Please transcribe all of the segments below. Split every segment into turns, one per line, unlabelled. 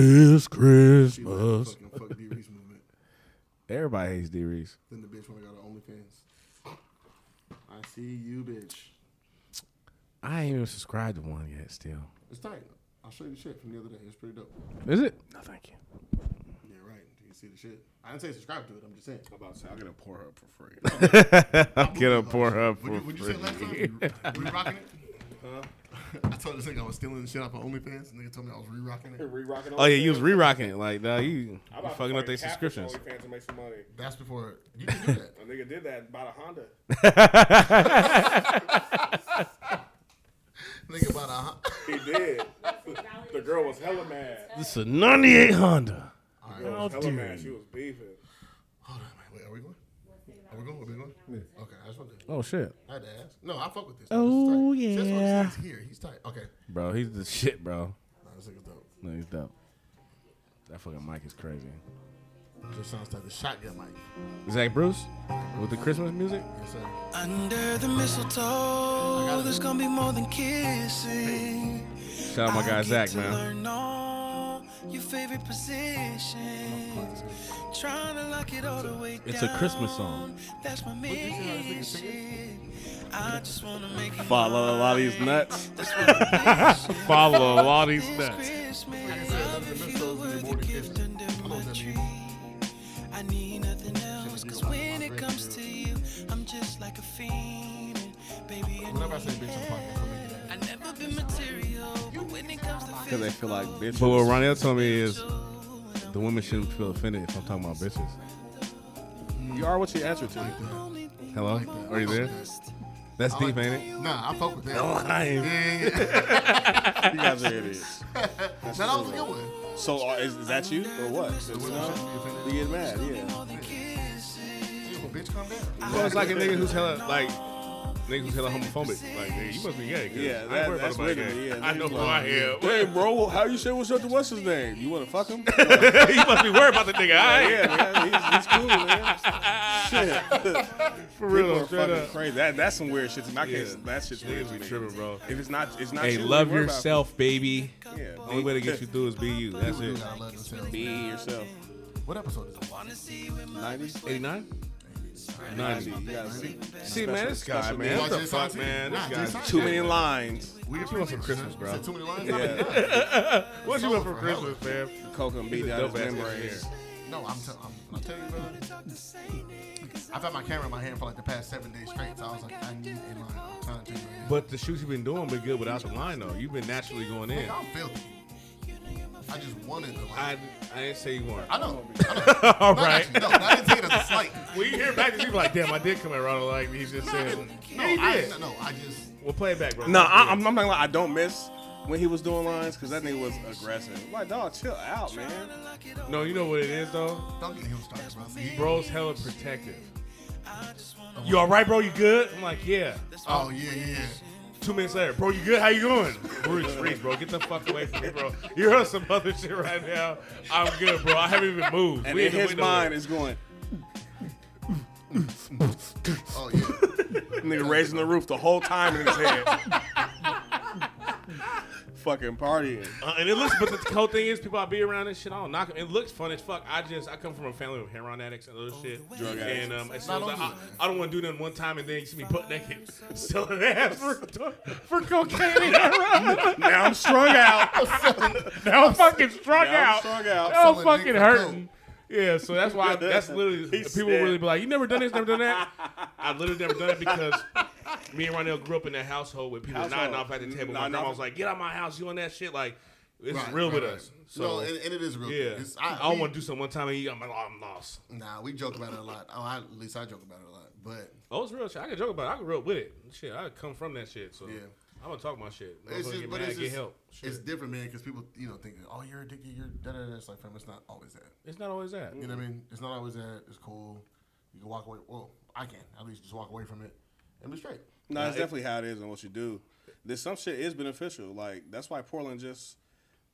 It's
She led the
Christmas.
fucking fuck D Reese movement.
Everybody hates D Reese.
Then the bitch when I got her OnlyFans. I see you, bitch.
I ain't even subscribed to one yet. Still,
It's tight. I'll show you the shit from the other day. It's pretty dope.
is it? No, thank you.
Yeah, right. You see the shit. I didn't say subscribe to it. I'm just saying.
I'm about to say, I'm gonna pour her up for free.
I'm gonna pour her up
Would
for
you, would you say last time?
free.
You, were you rocking it? I told this nigga I was stealing the shit off of OnlyFans. Nigga told me I was re-rocking it.
Re-rocking
Oh yeah, you was
OnlyFans.
re-rocking it like nah, you,
I'm
you
about to
fucking up
fucking
their
cap
subscriptions.
OnlyFans and make some money.
That's before you can do that.
A nigga did that and bought a Honda.
nigga about uh-huh. a hun-
He did. the girl was hella mad.
This is a '98 Honda.
All
The
right.
girl was hella mad. She was beefing.
Hold on, man. Wait, are we going? Are we going? Are we going? Okay, I just wanted to.
Oh shit,
I had to ask. No, I fuck with this.
Oh,
this is tight. See, that's
yeah.
why I'm saying he's here. He's tight. Okay.
bro, he's the shit, bro.
Nah, this nigga's dope.
No, he's dope. That fucking mic is crazy.
Just sounds like the shotgun mic.
Zach Bruce with the Christmas music.
Yes, sir.
Under the mistletoe, there's gonna be more than kissing.
Shout out Oh my guy
I get
Zach,
to
man.
learn all your favorite positions. Tryna lock it all the way
It's a Christmas
down. That's my mission. I just wanna make it
Follow a lot of these nuts.
That's my mission.
Follow a lot of these
This
nuts.
Christmas,
said,
love
under the
if you
mistletoe,
were
there's
the
more than
gift
kissing.
under
I know
my
what that
tree.
means.
I need nothing else,
Shit,
cause
you
when
like
it
my
comes
bitch,
to you, I'm just like a fiend. and Baby, I
Whenever I say bitch on
need
the
help.
podcast, I'm making that.
I never been material, but when it comes to
Because they feel like bitches.
But what Ronnie told me is the women shouldn't feel offended if I'm talking about bitches.
You are what you answer to.
Hello, are you there? That's
I like
deep, ain't it?
that. Nah, I fuck with that.
lying.
Yeah, yeah, yeah.
You guys are idiots.
Nah, that was a good one.
So uh, is, is that you or what? Just, you know, you get mad, yeah.
Well, bitch, calm down.
So it's like a nigga who's hella like nigga who's hella homophobic. Like nigga, you must be gay. 'cause
Yeah,
I ain't
that-
worried
that's
about nobody
regular,
gay.
yeah,
I know who I am.
Hey, bro, how you say what's up to what's his name? You want to fuck him?
you must be worried about the nigga. I ain't.
yeah, man, he's, he's cool, man. Shit.
For
People are
real, straight
fucking
up.
crazy. That, that's some weird shit to me. I
Yeah.
can't, that shit's weird
Niggas
to
be
me.
tripping, bro.
If it's not, it's not
Hey,
you,
love
worry about it.
yourself, baby.
Yeah.
Only way to get you through is be you. That's it.
I love themselves.
Be yourself.
What episode is it?
90?
89? 90.
90. You gotta be.
See, man, this guy,
special
man. What the
dude.
fuck, man? This
Nah,
guy's
just-
Too many lines.
We
What you want for Christmas, bro?
Too many lines.
Yeah.
What you want for Christmas, man?
Coke and beat out his membranes.
No, I'm, tell I'm, I'm telling you, bro. I've had my camera in my hand for like the past seven days straight, so I was like, I need a line. I'm trying to tell you right
But the shoots you've been doing been good without the line, though. You've been naturally going in.
now. I'm filthy. I just wanted the line.
I, I didn't say you weren't.
I know. I know.
All
No,
right.
actually, No, I didn't take it as a slight.
When you hear back, you be like, damn, I did come at Ronald like he's just saying.
No,
Yeah, he
I,
did.
no, I just.
We'll play it back, bro.
No, I, I'm, I'm not gonna lie. I don't miss when he was doing lines because that nigga was aggressive. I'm like, dog, chill out, man.
No, you know what it is, though?
Don't get him started, bro. He-
Bro's hella protective. You all right, bro? You good? I'm like, yeah.
Oh, yeah, yeah, yeah.
Two minutes later, bro, you good? How you doing? Bruce Reese, bro, get the fuck away from me, bro. You're on some other shit right now. I'm good, bro. I haven't even moved.
And
We
in
the
his
window.
mind is going,
Oh, yeah.
nigga raising the roof the whole time in his head. Fucking partying.
Uh, and it looks, but the cool thing is, people I be around and shit, I don't knock 'em. It looks fun as fuck. I just, I come from a family of heroin addicts and other shit.
Drug addicts.
And um, as soon
Nah,
as I,
don't
I,
do that.
I don't want to do nothing one time and then you see me butt naked selling ass for, for cocaine and heroin.
Now I'm strung out.
now I'm fucking strung
Now
out. Oh.
I'm strung out.
Now I'm
Selling
fucking
dick for
hurting. Yeah, so that's why that's literally
He
people
said-
really be like, "You never done this, never done that." I literally never done it because me and Ronell grew up in that household with people
Household.
nodding off at the table. My
Nodding
grandma
off.
was like, "Get out of my house, you on that shit?" Like, it's
Right,
real
right,
with
right.
us.
no,
So
and, and it is real.
yeah,
It's,
I,
we-
don't want to do something one time and you, I'm like, "Oh, I'm lost."
Nah, we joke about it a lot. Oh, I, at least I joke about it a lot. But
Oh, it's real shit. I can joke about. it. I can real with it. Shit, I come from that shit. So
Yeah.
I'm gonna talk my shit.
it's
Motherfucker
just,
get
but
mad,
it's
get
just,
help.
it's
Shit.
different, man, because people, you know, think, oh, you're addicted, you're da da da. It's like, fam, it's not always that.
It's not always that.
You know what I mean? It's not always that. It's cool. You can walk away. Well, I can at least just walk away from it and be straight.
No, it's definitely how it is and what you do. There's some shit is beneficial. Like that's why Portland just,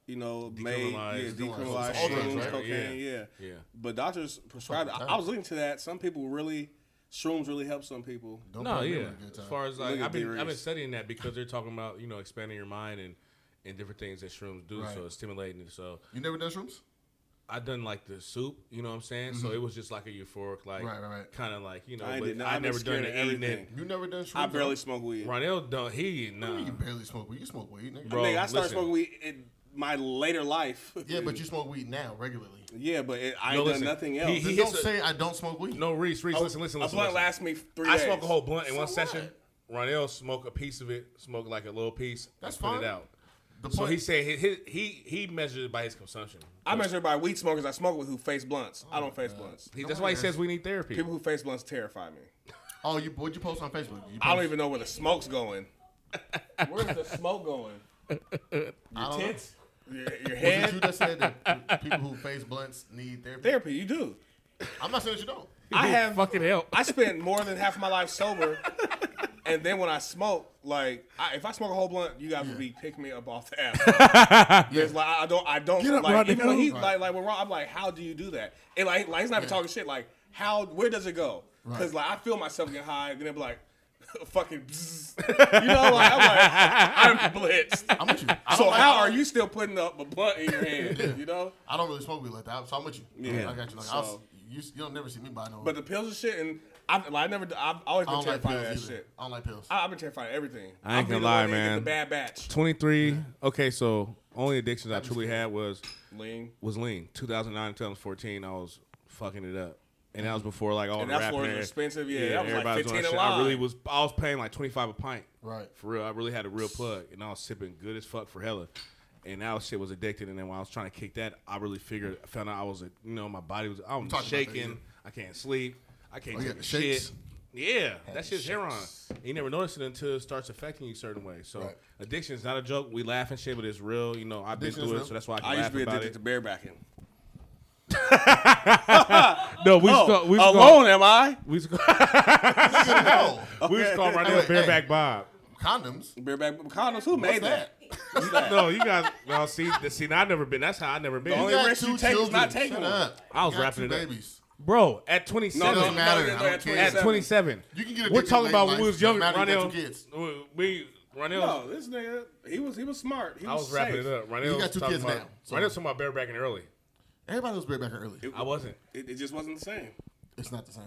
you know, made yeah,
Decriminalized.
decriminalized
All
shrooms,
drugs, right?
cocaine,
Yeah.
yeah.
Yeah.
But doctors prescribed. I, I was looking to that. Some people really shrooms really help some people.
Don't
No,
put me
yeah.
in a good
As
time.
far as like,
Look at
I've been I've
theories.
been studying that because they're talking about you know expanding your mind and and different things that shrooms do.
Right.
So it's stimulating. So
You never done shrooms?
I done like the soup, you know what I'm saying? So it was just like a euphoric, like
Mm-hmm. Right, right, right.
kind of like you know.
I
I,
ain't
Oh, but
did not-
I
I've been
never done
scared
it.
of
Eating it.
everything.
You never done shrooms?
I barely
though?
smoke weed.
Ronell don't. He nah.
What do you mean you barely smoke weed. You smoke weed, nigga.
Bro.
Nigga, I started
listen.
smoking weed in my later life.
Yeah, but you smoke weed now regularly.
Yeah, but it, I
No,
ain't
listen.
done nothing
He-
else.
he-
Just
hits
don't
a-
say I don't smoke weed.
No, Reese,
Oh,
Reese, listen, listen,
a
listen.
blunt
listen.
lasts me three.
I
days.
smoke a whole blunt in
So
one
what?
session. Ronell smoke a piece of it, smoke like a little piece.
That's
and put
fine.
it out.
The
So
point-
he said he he he, he measured it by his consumption.
I measure by weed smokers I smoke with who face blunts.
Oh
I don't face blunts.
He, that's why he says we need therapy.
People who face blunts terrify me.
Oh, you what you post on Facebook? You
I don't
post-
even know where the smoke's going. Where's the smoke going?
I don't know.
Your, your
Was it you
head?
that said that people who face blunts need therapy?
Therapy, you do.
I'm not saying that you don't.
I have
fucking help.
I spent more than half my life sober, and then when I smoke, like I, if I smoke a whole blunt, you guys would be picking me up off the ass. There's like I don't, I don't
up,
like
Rodney,
even when he
go.
like like we're wrong. I'm like, how do you do that? And like, like he's not even talking shit. Like how, where does it go? Because like I feel myself getting high, then it be like. Fucking, bzzz. you know, like I'm like I'm blitzed.
I'm with you. I
so
don't like-
oh.
how are you still putting up a blunt in your hand? You know,
I don't really smoke weed like that, so I'm with you.
Yeah.
I got you. Like, I'll,
So-
you, you don't never see me buy no.
but the pills and shit, and I've, like, I never, I've always
I
been
don't like
terrified
pills
of that
either.
shit.
I don't like pills.
I, I've been terrified of
I
everything.
ain't
I've been
gonna lie,
the one that get
man.
The bad batch.
Twenty three. Okay, so only addictions I truly had was
Lean.
was lean. 2009, 2014, I was fucking it up, and that was before like all
And
the
that's
rap.
where it
and
was
everything.
expensive. Yeah, that was like
everybody doing that
15 a
shit. I really
line.
was. I was paying like twenty five a pint.
Right.
For real, I really had a real plug, and I was sipping good as fuck for hella. And that shit was addicted. And then when I was trying to kick that, I really figured, I found out I was, a, you know, my body was, I
talked
was
about
shaking.
that,
I can't sleep. I can't
Oh, you
take
got
a
the
shit.
shakes?
Yeah, that shit's heroin. And You never notice it until it starts affecting you a certain way. So
Right.
addiction is not a joke. We laugh and shit, but it's real. You know, I've been
Addiction is
through it,
real.
so that's why I can
I used
laugh
to be
about
addicted
it.
to barebacking.
no, we just
Oh,
go, we just
alone
Go,
am I?
we just go,
no.
we just call right now
Hey, hey.
bareback Bob.
Condoms?
Bareback condoms. Who
What's
made that?
that?
No, you guys. No, see, see, now I've never been. That's how I never been.
The only
You got
risk you
two
take is
children.
not taking
Shut
one.
up.
I was
You got
wrapping
two
it up.
babies.
Bro, at 27.
No,
doesn't
no,
matter.
no,
I
no,
don't
at
care.
at
27.
27.
You can get addicted
We're talking
late
about
life.
when we was younger.
Doesn't matter if you
Ronell,
got two kids.
we- we Ronell.
No, this nigga, he was he was smart. He
I was
safe.
wrapping it up. Ronell
You got
was
two
talking
kids
about,
now, so-
Ronell was talking about barebacking early.
Everybody was bareback early.
I wasn't.
It, it just wasn't the same.
It's not the same.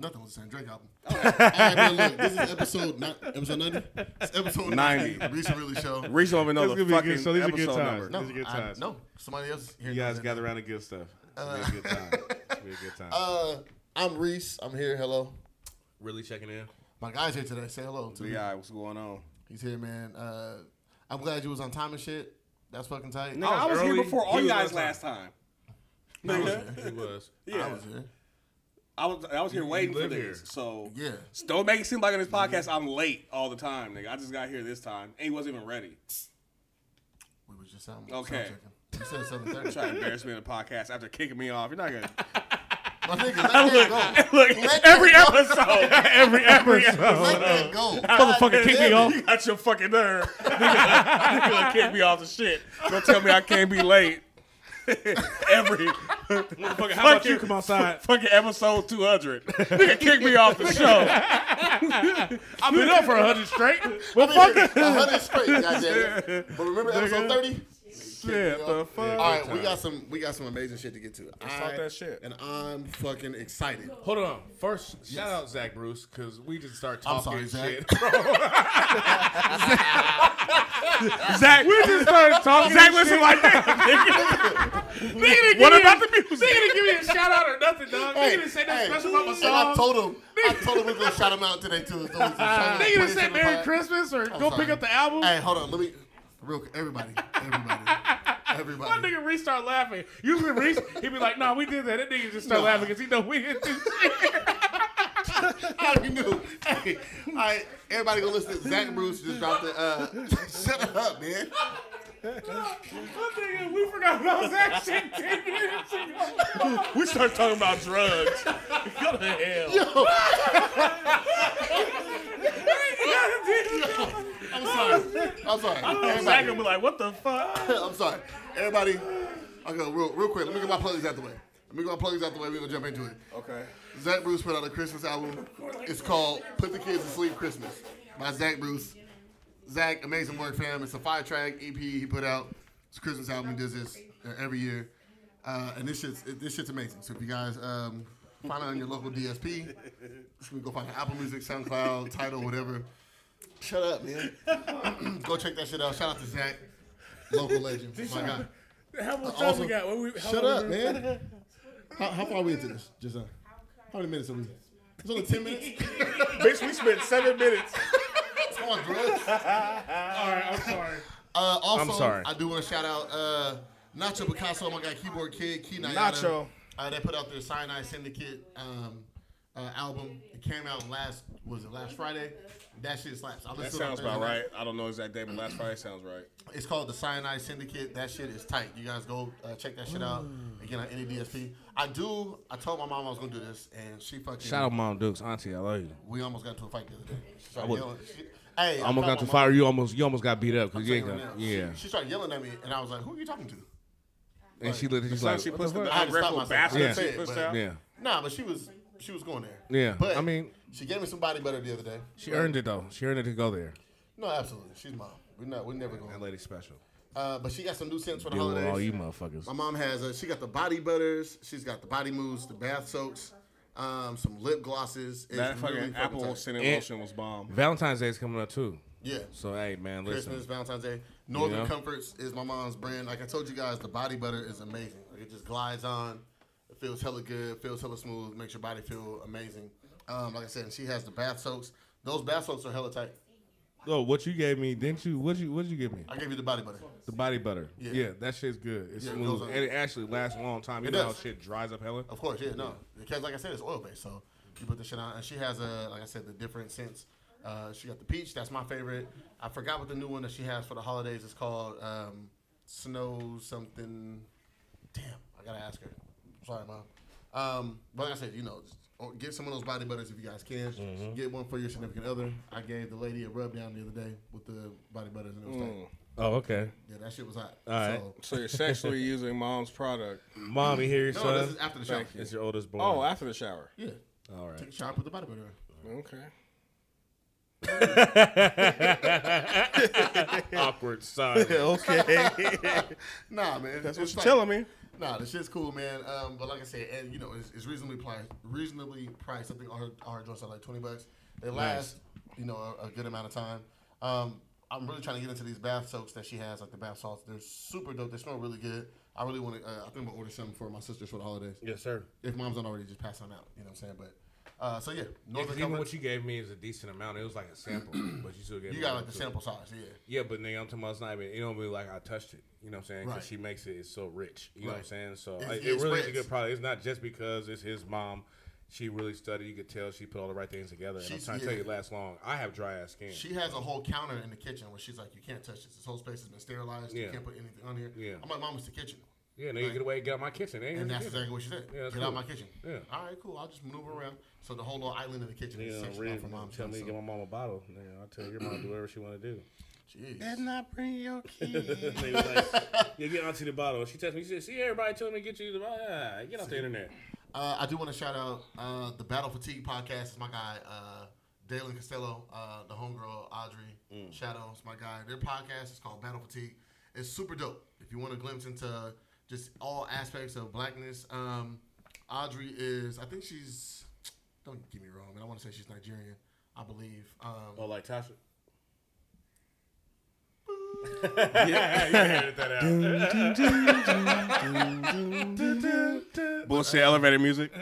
Nothing was the same. Drake album. All right, man, look, this is episode not, episode ninety. It's episode
90.
ninety. Reese and really show.
Reese don't even know
This
the
gonna be good.
fucking
So these are good
episode
times.
number.
No,
These are good
I-
times.
no, somebody else. Here
You guys
knows that.
gather around and give stuff. It's gonna be a good time. It's gonna be a good time.
Uh, I'm Reese. I'm here. Hello.
really checking in.
My guy's here today. Say hello to me.
Yeah, what's going on?
He's here, man. Uh, I'm glad you was on time and shit. That's fucking tight.
Nigga, I was
early.
here before all
He was
you guys
on time.
last time.
I was
Nigga.
here.
He was.
Yeah,
I was here.
I was I was here waiting for
live
this.
here.
So
Yeah.
So don't make it seem like on this podcast I'm late all the time, nigga. I just got here this time, and he wasn't even ready.
We was just sound
Okay.
sound checking. You said seven thirty.
Try to embarrass me in a podcast after kicking me off. You're not gonna
My nigga, let that go.
look
Let
every
that go.
episode.
Every
Let
episode.
that go.
Motherfucker kick me off.
You got your fucking nerve. Nigga, gonna kick me off the shit. Don't tell me I can't be late. every
Motherfucker, how about
Fuck
you
you.
come outside?
fucking episode 200. Nigga, kick me off the show.
I've been up for a hundred straight. Well, fuck it.
hundred straight, goddamn. But remember episode thirty.
Shit, the fuck.
All right, we got some we got some amazing shit to get to. I,
talk that shit.
And I'm fucking excited.
Hold on. First, shout out Zach Bruce because we just start
I'm
talking
sorry, Zach.
shit. Zach, we just started talking. Zach, listen like that. what about the music? They didn't give me a shout out or nothing, dog. They didn't say nothing special about my
and I
song.
told him, I told him we are gonna shout him out today too. So
they didn't say Merry Christmas or go
sorry.
pick up the album.
Hey, hold on, let me real quick. Everybody, everybody,
My
everybody.
nigga Reese start laughing. Usually Reese, he'd be like, "Nah, we did that." That nigga just start laughing because he know we did this shit.
I already knew. Hey, all right, everybody go listen. Zach Bruce just dropped the. Uh, shut up, man.
My nigga, we forgot about Zach shit ten minutes ago.
We start talking about drugs. Go to hell.
I'm sorry. I'm sorry.
Zach
Everybody,
gonna be like, what the fuck?
I'm sorry. Everybody, okay, real, real quick. Let me get my plugs out the way. Let me get my plugs out the way. We're gonna jump into it.
Okay.
Zach Bruce put out a Christmas album. It's called Put the Kids to Sleep Christmas by Zach Bruce. Zach, amazing work, fam. It's a five track EP he put out. It's a Christmas album. He does this uh, every year, uh, and this shit's it- this shit's amazing. So if you guys um, find it on your local DSP, just go find it Apple Music, SoundCloud, title, whatever. Shut up, man. go check that shit out. Shout out to Zach, local legend. My guy. Uh,
How much time
Also-
we got? What we, how
Shut
long
up,
we-
man. How, how far are we into this, Jason? How many minutes are we? It's only ten minutes.
Bitch, we spent seven minutes.
Come on, bro.
All right, I'm sorry.
Uh, also,
I'm sorry.
I do want to shout out uh, Nacho Picasso, my guy, keyboard kid, Key Nayada.
Nacho.
Uh, they put out their Sinai Syndicate um, uh, album. It came out last, was it last Friday? That shit slaps. I
That
listened to it on
sounds about
Thursday night.
right. I don't know exact day, but last Friday sounds right.
It's called the Cyanide Syndicate. That shit is tight. You guys go uh, check that shit out. Again, on E any DSP. I do. I told my mom I was gonna do this, and she fucking.
Shout out Mom Dukes, Auntie, I love you.
We almost got into a fight the other day. She started
I would-
yelling. She, hey, I
Almost
told
got to
my mom-
fire you. Almost you almost got beat up
I'm
because you ain't
telling you
gonna,
right now,
yeah.
She, she started yelling at me, and I was like, "Who are you talking to?"
and she looked. at She's
So
like,
she
what
puts
the
the,
fuck?
I had to stop
ungrateful
myself.
bastard.
Yeah.
she pushed out.
yeah.
Nah, but she was she was going there.
Yeah,
but
I mean-
she gave me some body butter the other day.
She earned it though. She earned it to go there.
No, absolutely, she's mom. We're not, we're never going.
lady special.
Uh, but she got some new scents for the
Yo, all
holidays.
you motherfuckers.
My mom has. Uh, she got the body butters. She's got the body moves, the bath soaks, um, some lip glosses. It's
That fucking
really
apple
tight.
scented
And-
lotion was bomb.
Valentine's Day is coming up too.
Yeah.
So hey man, listen.
Christmas, Valentine's Day. Northern
Yeah.
Comforts is my mom's brand. Like I told you guys, the body butter is amazing. Like it just glides on. It feels hella good. Feels hella smooth. Makes your body feel amazing. Um, like I said, and she has the bath soaks. Those bath soaks are hella tight.
Oh, what you gave me? Didn't you? What you? What you give me?
I gave you the body butter.
The body butter.
Yeah.
Yeah, that shit's good. It's
Yeah, it
smooth.
goes on.
and it actually lasts a long time. You
It
know how
does.
shit dries up hella.
Of course, yeah, no. Because like I said, it's oil based, so you put the shit on. And she has a like I said, the different scents. Uh, she got the peach. That's my favorite. I forgot what the new one that she has for the holidays is called. Um, snow something. Damn, I gotta ask her. Sorry, mom. Um, but like I said, you know, just, or get some of those body butters if you guys can.
Mm-hmm.
Get one for your significant other. I gave the lady a rub down the other day with the body butters, and it was like,
Oh, okay.
yeah, that shit was hot.
Alright.
so,
So you're sexually using mom's product.
Mommy, here your
no,
son.
this is after the shower.
Thank
it's your oldest boy.
Oh, after the shower.
Yeah,
all right.
take a shower, put the body butter. on.
Okay.
Awkward silence.
Okay.
Nah, man, it's
That's what you're
like-
telling me.
Nah, the shit's cool, man. Um, but like I said, and you know, it's, it's reasonably priced. Reasonably priced. I think our our joints are like twenty bucks. They last, you know, a, a good amount of time. Um, I'm really trying to get into these bath soaks that she has, like the bath salts. They're super dope. They smell really good. I really want to. Uh, I think I'm gonna order something for my sisters for the holidays.
Yes, sir.
If mom's not already just passing them out, you know what I'm saying. But uh, so yeah, Northern
Even
Comfort.
what you gave me is a decent amount. It was like a sample, but you still gave
You,
me
got
one
like the
too.
sample size, yeah.
Yeah, but nigga, I'm talking about it's not even. It don't be like I touched it. You know what I'm saying? 'Cause
Right.
she makes it. It's so rich. You know what I'm
Right.
saying? So
It's-
like,
it
it really is a
spreads.
good product. It's not just because it's his mom. She really studied. You could tell she put all the right things together. And I'm
She's-
trying to tell
yeah.
you, it lasts long. I have dry ass skin.
She has a whole counter in the kitchen where she's like, "You can't touch this. This whole space has been sterilized. You
Yeah.
can't put anything on here."
Yeah.
I'm like, "Mom, it's the kitchen."
yeah, nigga, get away, get out my kitchen. Ain't
And that's
exactly.
exactly what she said.
Yeah, that's
get out
cool.
my kitchen.
Yeah.
All right, cool. I'll just maneuver around. So the whole little island in the kitchen is
Yeah,
sectioned
Red,
off from mom's
tell
house,
me to
so-
get my mom a bottle. Nigga, I tell your mom to do whatever she want to do.
Jeez.
not bring your
And
kid.
they was like, yeah, get auntie the bottle. She texted me. She said, see, everybody told me to get you the bottle. Ah, get off the internet.
Uh, I do want to shout out uh, the Battle Fatigue podcast. It's my guy, uh, Dalen Costello, uh, the homegirl, Audrey
Mm.
Shadow. It's my guy. Their podcast is called Battle Fatigue. It's super dope. If you want a glimpse into just all aspects of blackness, um, Audrey is, I think she's, don't get me wrong, man. I want to say she's Nigerian, I believe. Um,
Oh, like Tasha. yeah, you can edit that out.
Bullshit elevator music.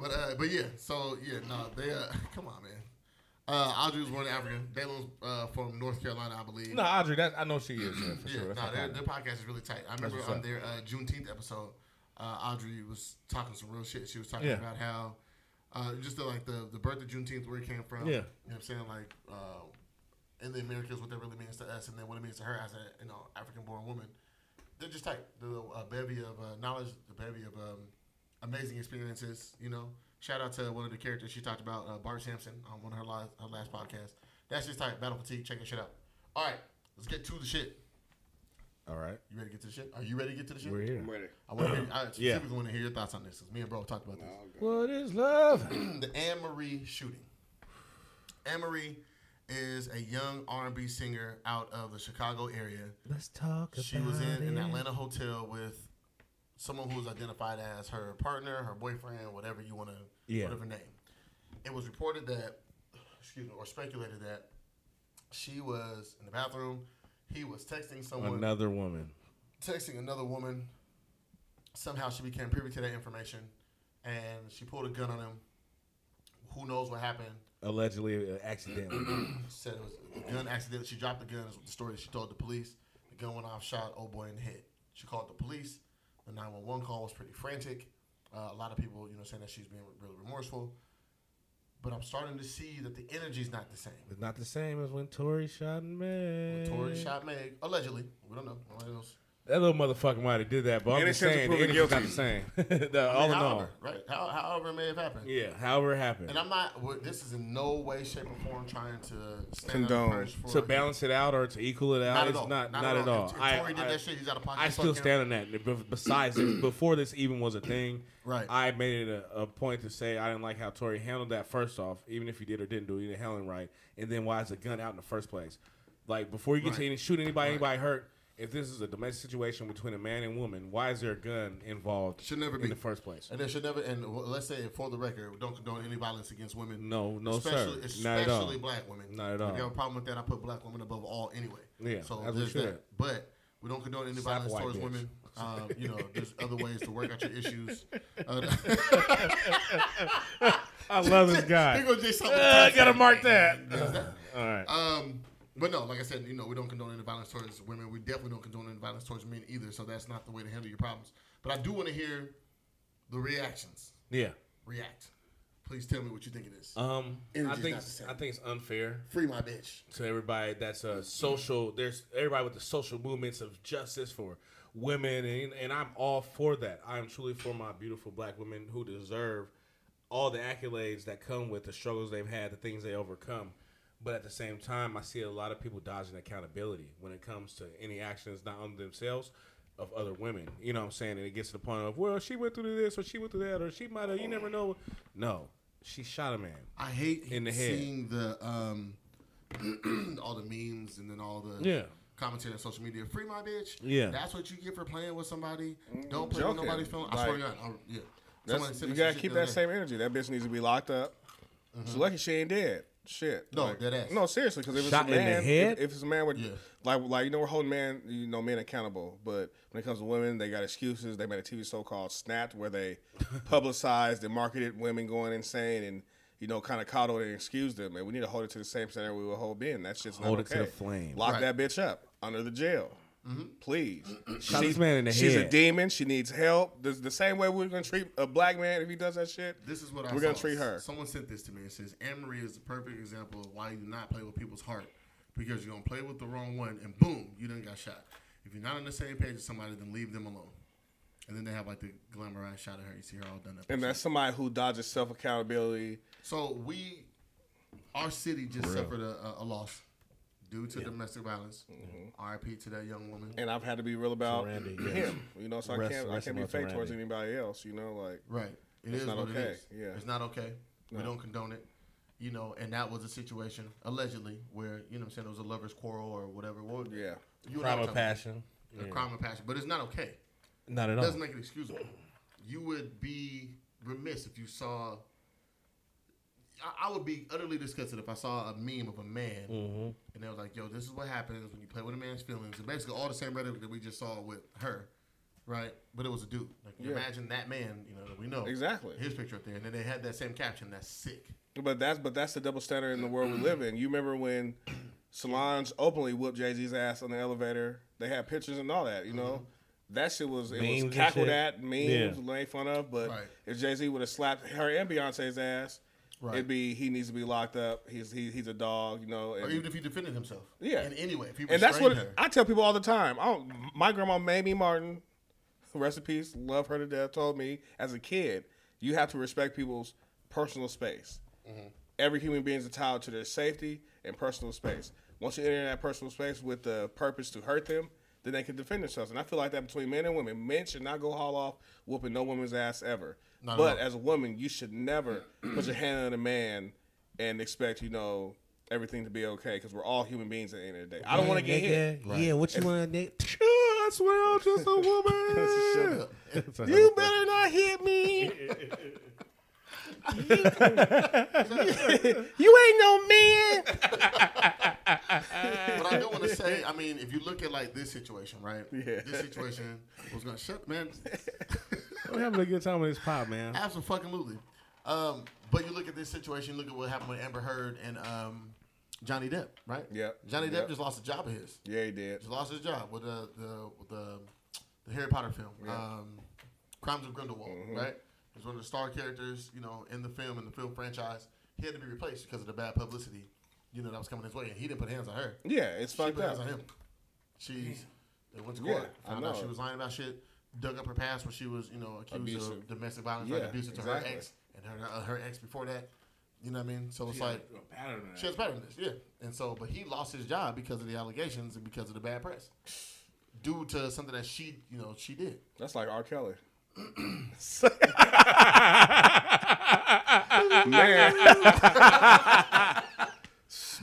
But uh, but yeah, so yeah, no, they uh, come on, man. Uh, Audrey was born in Africa. Daylon's uh, from North Carolina, I believe.
No, Audrey, that I know she is yeah, for
yeah,
sure. That's
no,
not
their,
happening.
their podcast is really tight. I remember
what's
on
up.
their uh, Juneteenth episode, uh, Audrey was talking some real shit. She was talking
Yeah.
about how uh, just the, like the the birth of Juneteenth, where it came from.
Yeah.
you know what I'm saying, like uh, in the Americas, what that really means to us, and then what it means to her as a you know African-born woman. They're just tight. The uh, bevy of uh, knowledge, the bevy of um, amazing experiences. You know, shout out to one of the characters she talked about, uh, Bart Sampson, on one of her last, her last podcast. That's just tight. Battle fatigue. Check that shit out. All right, let's get to the shit.
All right,
You ready to get to the shit? Are you ready to get to the shit?
we're here.
I'm ready.
I want to hear, I specifically
Yeah.
want to hear your thoughts on this because me and bro talked about this.
What is love?
the Anne Marie shooting. Anne Marie is a young R&B singer out of the Chicago area.
Let's talk
She was in an Atlanta hotel with someone who was identified as her partner, her boyfriend, whatever you want to,
Yeah.
whatever name. It was reported that, excuse me, or speculated that she was in the bathroom. He was texting someone,
Another woman.
texting another woman. Somehow she became privy to that information, and she pulled a gun on him. Who knows what happened?
Allegedly, uh, accidentally.
said it was a gun accident. She dropped the gun. Is the story that she told the police. The gun went off, shot old boy in the head. She called the police. The nine one one call was pretty frantic. Uh, a lot of people, you know, saying that she's being really remorseful. But I'm starting to see that the energy's not the same.
It's not the same as when Tori shot and Meg.
Tori shot Meg allegedly. We don't know. Nobody knows.
That little motherfucker might have did that, but I'm just
Innocence
saying, the
proven
innocence not the same. The- all in all,
however, right? How, however it may have happened.
yeah. However it happened,
And I'm not. well, This is in no way, shape, or form trying to stand up
Condone.
and punish for
to balance it out or to equal it out,
Not at
it's
all.
not not, at all.
If, if
I-
Tory did
I-
that shit, he's out of pocket.
I
Fuck
still
him.
stand on that. Be- Besides, this, before this even was a thing,
Right.
I made it a, a point to say I didn't like how Tory handled that. First off, even if he did or didn't do it, he didn't handle it right. And then why is the gun out in the first place? Like before you get to
Right.
any shoot anybody, anybody hurt. If this is a domestic situation between a man and woman, why is there a gun involved?
Should never
in
be.
the first place.
And there should never. And w- let's say, for the record, don't condone any violence against women.
No, no, sir.
especially,
Not at all.
Especially black women.
Not at all.
If you have a problem with that, I put black women above all anyway.
Yeah,
So
as we
there's
should.
that. But we don't condone any
Slap a
violence
white
towards
bitch.
women. Um, you know, there's other ways to work out your issues. Uh,
I love this
here
guy.
goes Jay
Uh,
Sutton.
I gotta mark that. all right.
Um, but no, like I said, you know, we don't condone any violence towards women. We definitely don't condone any violence towards men either. So that's not the way to handle your problems. But I do want to hear the reactions.
Yeah.
React. Please tell me what you think of this.
Um, I
Energy's
think
not the same.
I think it's unfair
Free my bitch.
to everybody that's a social. There's everybody with the social movements of justice for women, and, and I'm all for that. I am truly for my beautiful black women who deserve all the accolades that come with the struggles they've had, the things they overcome. But at the same time, I see a lot of people dodging accountability when it comes to any actions not on themselves of other women. You know what I'm saying? And it gets to the point of, well, she went through this, or she went through that, or she might have. You never know. No, she shot a man.
I hate
In the head.
seeing the um all the memes and then all the
Yeah.
commentary on social media. Free my bitch.
Yeah.
that's what you get for playing with somebody. Don't play with
joking.
nobody's feelings. I swear to
Like,
God. I, yeah, Someone
That's,
sent
you
me some
gotta
shit
keep
the
that
other
same
day.
energy. That bitch needs to be locked up. She's lucky she ain't dead. Shit.
No,
like,
dead ass.
No, seriously, because if it's a
Shot in the
man,
head?
If, if it's a man, with,
Yeah.
like, like you know, we're holding man, you know, men accountable. But when it comes to women, they got excuses. They made a TV show called Snapped, where they publicized and marketed women going insane and. You know, kind of coddled and excused them, and we need to hold it to the same standard we would hold men. That shit's not
Hold it
okay.
to the flame.
Lock
Right. Mm-hmm.
that bitch up under the jail, please.
Shot this man in the
she's a
head.
demon. She needs help. The, the same way we're gonna treat a black man if he does that shit.
This is what I
we're gonna
saw.
treat her.
Someone sent this to me and says Anne Marie is the perfect example of why you do not play with people's heart because you're gonna play with the wrong one and boom, you done got shot. If you're not on the same page as somebody, then leave them alone. And then they have like the glamorized shot of her. You see her all done up.
and that's somebody who dodges self accountability.
So we, our city just suffered a, a, a loss due to domestic violence.
Mm-hmm.
RIP to that young woman.
And I've had to be real about
Randy,
him. You know, so
Rest-
I can't I
rest
can't
him
be
up to
fake towards
Randy.
anybody else. You know, like
right. It is
not
what
okay.
it is.
Yeah.
It's not okay. We don't condone it. You know, and that was a situation allegedly where you know what I'm saying it was a lover's quarrel or whatever. What would-
Yeah.
you and I
Crime
were
of
talking-
passion.
A crime of passion, but it's not okay.
Not at
It
all.
doesn't make it excusable. You would be remiss if you saw. I, I would be utterly disgusted if I saw a meme of a man
Mm. Mm-hmm.
and they was like, "Yo, this is what happens when you play with a man's feelings," and basically all the same rhetoric that we just saw with her, right? But it was a dude. Like, can you
Yeah.
imagine that man, you know, that we know
Oh.
Exactly.
his picture up there, and then they had that same caption. That's sick.
But that's but that's the double standard in the world we live in. You remember when Solange openly whooped Jay Z's ass on the elevator? They had pictures and all that. You know, that shit was it
Memes and
was cackled
shit.
at, memes, made fun of. But
Right.
if Jay Z would have slapped her and Beyonce's ass,
Right.
it'd be he needs to be locked up. He's he, he's a dog. You know,
Or
and,
even if he defended himself,
Yeah.
In any way, if he
and that's what
her,
I tell people all the time. I don't, my grandma Mamie Martin, rest in peace, love her to death. Told me as a kid, you have to respect people's personal space.
Mm-hmm.
Every human being is entitled to their safety and personal space. Once you enter that personal space with the purpose to hurt them, then they can defend themselves. And I feel like that between men and women. Men should not go haul off whooping no woman's ass ever.
at all.
but as a woman, you should never put your hand on a man and expect, you know, everything to be okay because we're all human beings at the end of the day. I don't want to get hit.
Yeah, what you want, Nick? I swear I'm just a woman.
Shut up.
you better not hit me. you ain't no man.
But I do want to say, I mean, if you look at like this situation, right?
Yeah.
This situation was gonna shut man.
We're having a good time with this pop, man.
Absolutely. Um, but you look at this situation. Look at what happened with Amber Heard and um, Johnny Depp, right?
Yep.
Johnny Depp
Yep.
just lost a job of his.
Yeah, he did.
Just lost his job with the the with the, the Harry Potter film, um, Crimes of Grindelwald,
Mm-hmm.
right? He was one of the star characters, you know, in the film and the film franchise. He had to be replaced because of the bad publicity, you know, that was coming his way, and he didn't put hands on her.
Yeah, it's
She
fucked
put hands
up.
on him. She's they went to
Yeah,
court.
I
found out
know.
she was lying about shit. Dug up her past where she was, you know, accused
Abusive.
of domestic violence,
Yeah,
like abusive to
exactly.
her ex and her uh, her ex before that. You know what I mean? So it's like she has a pattern in this, yeah. And so, but he lost his job because of the allegations and because of the bad press, due to something that she, you know, she did.
That's like R. Kelly. Man.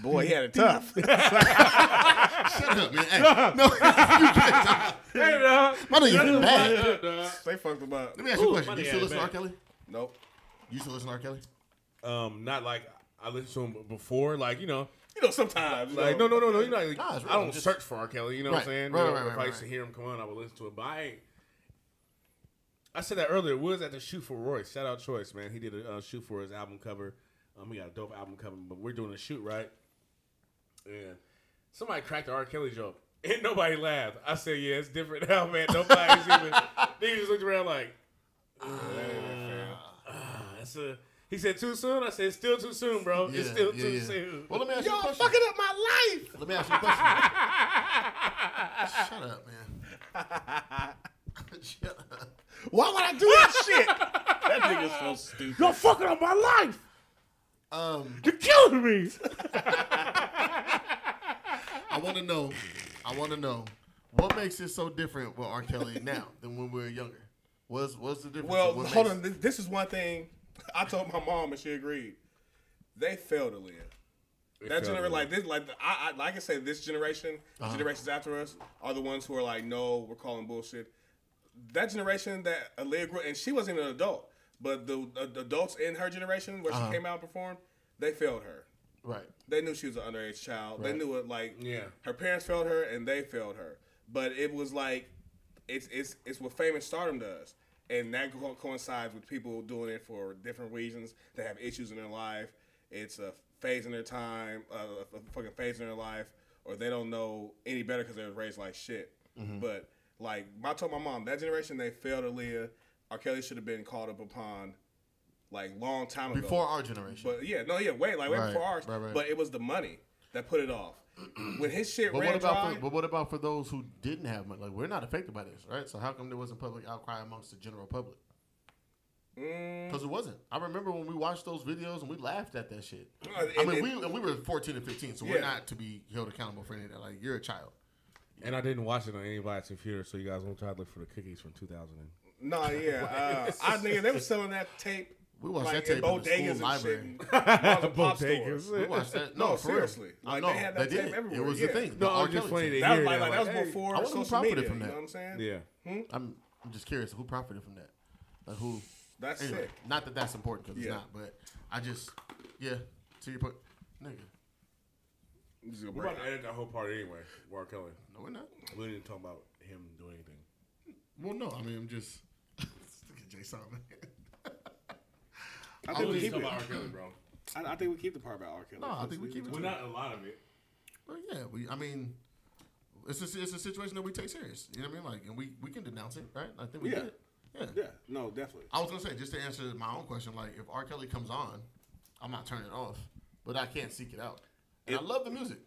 Boy, he had it tough.
Shut up, man. Hey, no, you can't talk.
Hey, dog.
My nigga, you bad.
they fucked him up.
Let me ask you a
my
question.
nigga ain't
You still listen to R.
bad.
Kelly?
Nope.
You still listen to R. Kelly?
Um, not like I listened to him before, like you know,
You know, sometimes. you
like
know,
no, no, no, no. You know, like,
Nah, it's
I don't
real, just-
search for R. Kelly. You know what
Right,
I'm saying?
right,
You know,
right, right,
if I used
right.
to hear him come on, I would listen to it. But I, ain't- I said that earlier. We was at the shoot for Royce. Shout out Choice, man. He did a uh, shoot for his album cover. Um, we got a dope album cover, but we're doing a shoot right. And somebody cracked the R. Kelly joke. And nobody laughed. I said, "Yeah, it's different now, man. Nobody's even." Niggas just looked around like, "Ah, "That's a." He said, "Too soon." I said, "It's still too soon, bro. it's
Yeah,
still
yeah,
too
yeah.
soon."
Well, let me ask you a question.
up my life.
Let me ask you a question. Shut up, man. Shut up.
Why would I do that shit? That nigga's so stupid.
You're fucking up my life.
Um,
You're killing me.
I want to know. I want to know what makes it so different with R. Kelly now than when we were younger. What's what's the difference?
Well,
What
hold
makes-
on. This, this is one thing I told my mom and she agreed. They failed to live. That
failed to
generation, like this, like the- I, I, like I said, this generation, the generations after us, are the ones who are like, no, we're calling bullshit. That generation that Aaliyah grew, and she wasn't even an adult, but the, the- the adults in her generation where she came out and performed, they failed her.
Right.
They knew she was an underage child. They knew it like
Yeah.
her parents failed her and they failed her. But it was like it's it's it's what fame and stardom does. And that co- coincides with people doing it for different reasons. They have issues in their life. It's a phase in their time, uh, a fucking phase in their life, or they don't know any better because they was raised like shit. But like I told my mom, that generation they failed Aaliyah. R. Kelly should have been called up upon like long time ago.
Before our generation.
But yeah, no, yeah, wait, like wait
Right,
before ours.
right, right.
But it was the money that put it off. when his shit
But
ran
what about
dry,
for, but what about for those who didn't have money? Like we're not affected by this, right? So how come there wasn't public outcry amongst the general public?
Mm.
Because it wasn't. I remember when we watched those videos and we laughed at that shit. I
it-
mean,
Uh, it-
we and we were fourteen and fifteen, so
Yeah.
we're not to be held accountable for anything. Like you're a child.
And I didn't watch it on anybody's computer, so you guys won't try to look for the cookies from 2000.
nah, yeah, uh, I nigga, they were selling that tape.
We watched
like,
that tape in the
bodegas
school
and
library.
shit. and pop stores.
We watched that.
Uh, No,
No, for real.
seriously.
I
Like,
know
they had
they
that tape
did. It
everywhere,
was
yeah.
the thing.
No,
the
I'm
R.
just
Kelly
funny to
thing.
That
hear
was like, like, that was
hey.
before
I wasn't
social
profiting
media.
from
You
that.
know what I'm saying?
Yeah.
I'm I'm just curious who profited from that. Like who?
That's
Anyway,
sick.
not that that's important because
Yeah.
it's not. But I just yeah. To your point, nigga.
I'm just gonna
We're
break
about to edit that whole part anyway. War Kelly.
No, we're not.
We didn't talk about him doing anything.
Well, no. I mean, I'm just. Look at Jay Simon.
it. I think we keep
talk
it.
about R. Kelly, bro.
I, I think we keep the part about R. Kelly.
No, I think we keep it.
Well, not a lot of it.
Well, yeah. We. I mean. It's a, it's a situation that we take serious. You know what I mean? Like, and we, we can denounce it, right? I think we
Yeah.
did. Yeah.
Yeah, no, definitely.
I was gonna say just to answer my own question, like if R. Kelly comes on, I'm not turning it off, but I can't seek it out. And I love the music.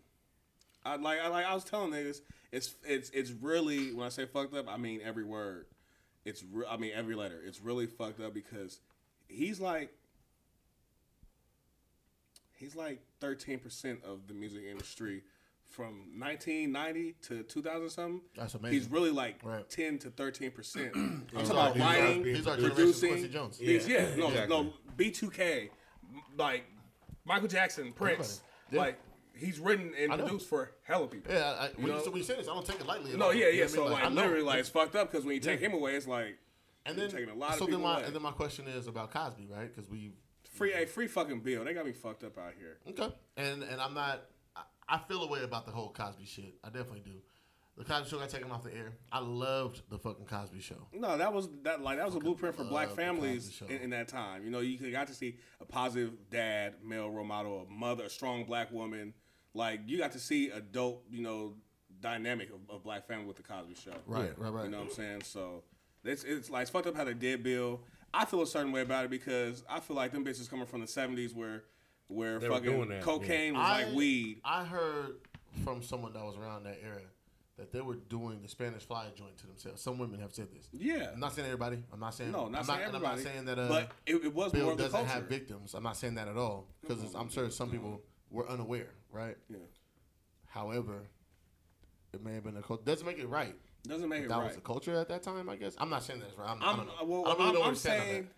I like I like I was telling niggas, it's it's it's really when I say fucked up, I mean every word. It's re- I mean every letter. It's really fucked up because he's like he's like 13% of the music industry from 1990 to 2000 something.
That's amazing.
He's really like
Right.
10 to 13%. I'm talking
our-
about
he's our-
writing,
he's our generation's Quincy
producing,
Jones.
these-
Yeah,
yeah, no,
exactly.
no, B2K, m- like Michael Jackson, Prince,
Everybody. Yeah.
like he's written and
know.
produced for hella people.
Yeah, I, when,
know-
you, so when you say this, I don't take it lightly. at
No,
all.
yeah,
You know
yeah.
what I
So
mean?
like,
I know.
literally, like it's fucked up because when you take him away, it's like
and then
taking a lot of
so then
people
my
away.
and then my question is about Cosby, right? Because we
free a free fucking bill. They got me fucked up out here.
okay, and and I'm not. I, I feel a way about the whole Cosby shit. I definitely do. The Cosby Show got taken off the air. I loved the fucking Cosby Show.
No, that was that like that was a blueprint for black
love the
families
Cosby Show.
in, in that time. You know, you got to see a positive dad, male role model, a mother, a strong black woman. Like you got to see a dope, you know, dynamic of, of black family with the Cosby Show.
Right, right, right.
You know what I'm saying? So it's it's like it's fucked up how they did Bill. I feel a certain way about it because I feel like them bitches coming from the '70s where where
were
fucking
doing that, yeah.
cocaine was
I-
like weed.
I heard from someone that was around that era that they were doing the Spanish fly joint to themselves. Some women have said this.
Yeah.
I'm not saying everybody. I'm not saying.
No,
I'm
not saying
and
everybody.
I'm not saying that. Uh,
but it, it was more
Bill
of the
doesn't
culture.
have victims. I'm not saying that at all because I'm sure some people were unaware, right?
yeah.
However, it may have been a culture. Doesn't make it right.
Doesn't make
That
it right.
was the culture at that time, I guess. I'm not saying that's right. I'm, I
I'm,
don't know.
well,
I
I'm,
really don't
I'm
understand how
saying,
that-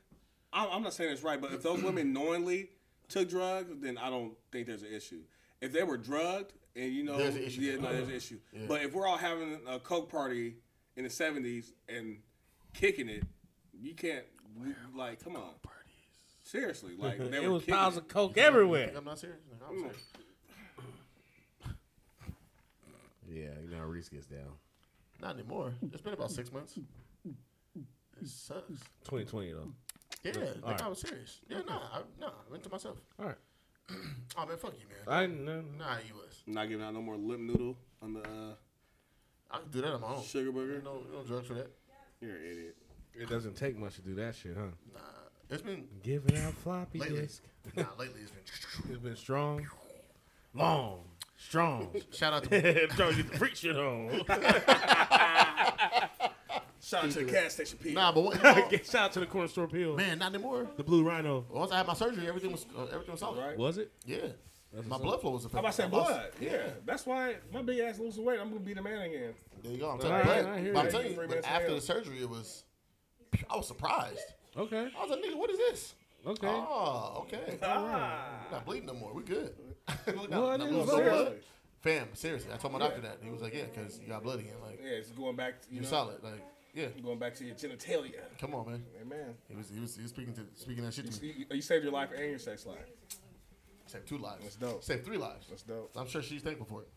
I'm, I'm not saying it's right, but if those women knowingly took drugs, then I don't think there's an issue. If they were drugged, and you know,
There's an issue.
yeah, no, there's an issue. But if we're all having a coke party in the '70s and kicking it, you can't like, come on, seriously, like they
It
were
was
kicking
piles
it.
of coke
You
everywhere.
think I'm not serious. No, I'm serious.
Yeah, you know, Reese gets down.
Not anymore. It's been about six months. It sucks.
2020 though.
Yeah, like I was serious. Yeah, nah, I, nah. I went to myself.
All right.
Oh man, fuck you, man.
I know.
Nah, you was.
I'm not giving out no more lip noodle on the uh,
I can do that on my own.
sugar burger.
No, no drugs for that.
You're an idiot.
It doesn't take much to do that shit, huh?
Nah, it's been
Giving out floppy
lately.
disk.
nah, lately it's been.
It's been strong, long, strong.
Shout out to
I'm trying to get the freak shit on.
Shout out to the gas station people.
nah, but what,
Get shout out to the corner store pill.
man, not anymore.
The blue rhino.
Once I had my surgery, everything was uh, everything was solid.
Right.
Was it?
Yeah, my blood flow was affected.
I'm about to say
I lost-
blood. Yeah. that's why my big ass loses weight. I'm gonna be the man again.
There you go. I'm telling
All
you,
right,
but-
I hear
but I'm
you.
telling you,
Three
but
minutes
after
ago.
the surgery, it was. I was surprised.
Okay.
I was like, nigga, what is this?
Okay.
Oh, okay.
Ah.
We're not bleeding no more. We good. Look, not-
Well, it
not bleeding
is
no
blood.
blood. Fam, seriously, I told my doctor that. He was like, yeah, because you got blood again. Like,
Yeah, it's going back. To, you
you're
know,
solid. Like, yeah.
Going back to your genitalia.
Come on, man.
Amen.
He was he was, he was speaking to speaking that shit to me.
You, you saved your life and your sex life.
Saved two lives. That's
dope.
Saved three lives.
That's dope.
I'm sure she's thankful for it.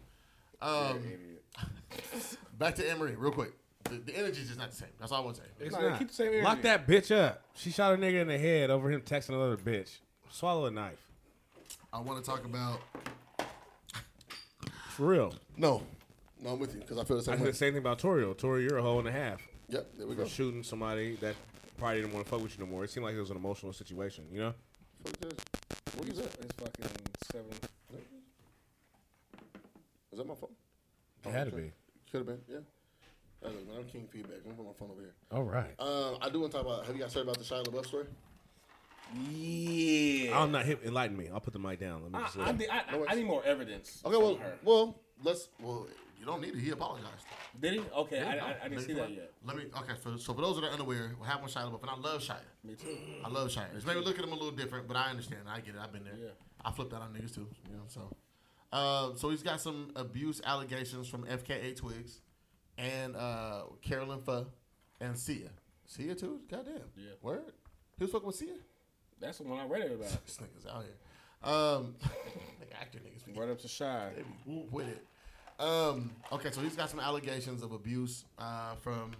Um,
Idiot.
back to Anne Marie, real quick. The, the energy's just not the same. That's all I want to say.
It's
No,
not.
keep the same energy.
Lock that bitch up. She shot a nigga in the head over him texting another bitch. Swallow a knife.
I want to talk about.
For real.
No, no, I'm with you because I feel the
I
same
said
way.
the same thing about Torio. Torio, you're a hoe and a half.
Yep, there we go.
For shooting somebody that probably didn't want to fuck with you no more. It seemed like it was an emotional situation, you know?
What is that?
It's fucking seven.
Is that my phone?
It had to be.
Could have been, yeah. I don't know, man, I'm king feedback. I'm gonna put my phone over here.
All right.
Um, I do want to talk about. Have you guys heard about the Shia LaBeouf story?
Yeah.
I'm not hip. Enlighten me. I'll put the mic down. Let me
I,
just
I,
listen.
need- I, I, I need more evidence.
Okay,
from
well,
her.
well, let's. Well, you don't need it. He apologized.
did he? Okay, I, I, I
Let
didn't
me-
see that yet.
Let me. Okay, for, so for those that are unaware, what happened with Shia LaBeouf, and I love Shia.
Me too.
I love Shia. Just maybe look at him a little different, but I understand. I get it. I've been there.
Yeah.
I flipped out on niggas too. You know, so. Uh, so he's got some abuse allegations from FKA Twigs and uh, Carolyn Fuh and Sia. Sia too? Goddamn.
Yeah.
Word? He was fucking with Sia?
That's the one I read it about.
This nigga's out here. Um, nigga, actor niggas be
Right up to shy.
they be with it. Um, okay, so he's got some allegations of abuse uh, from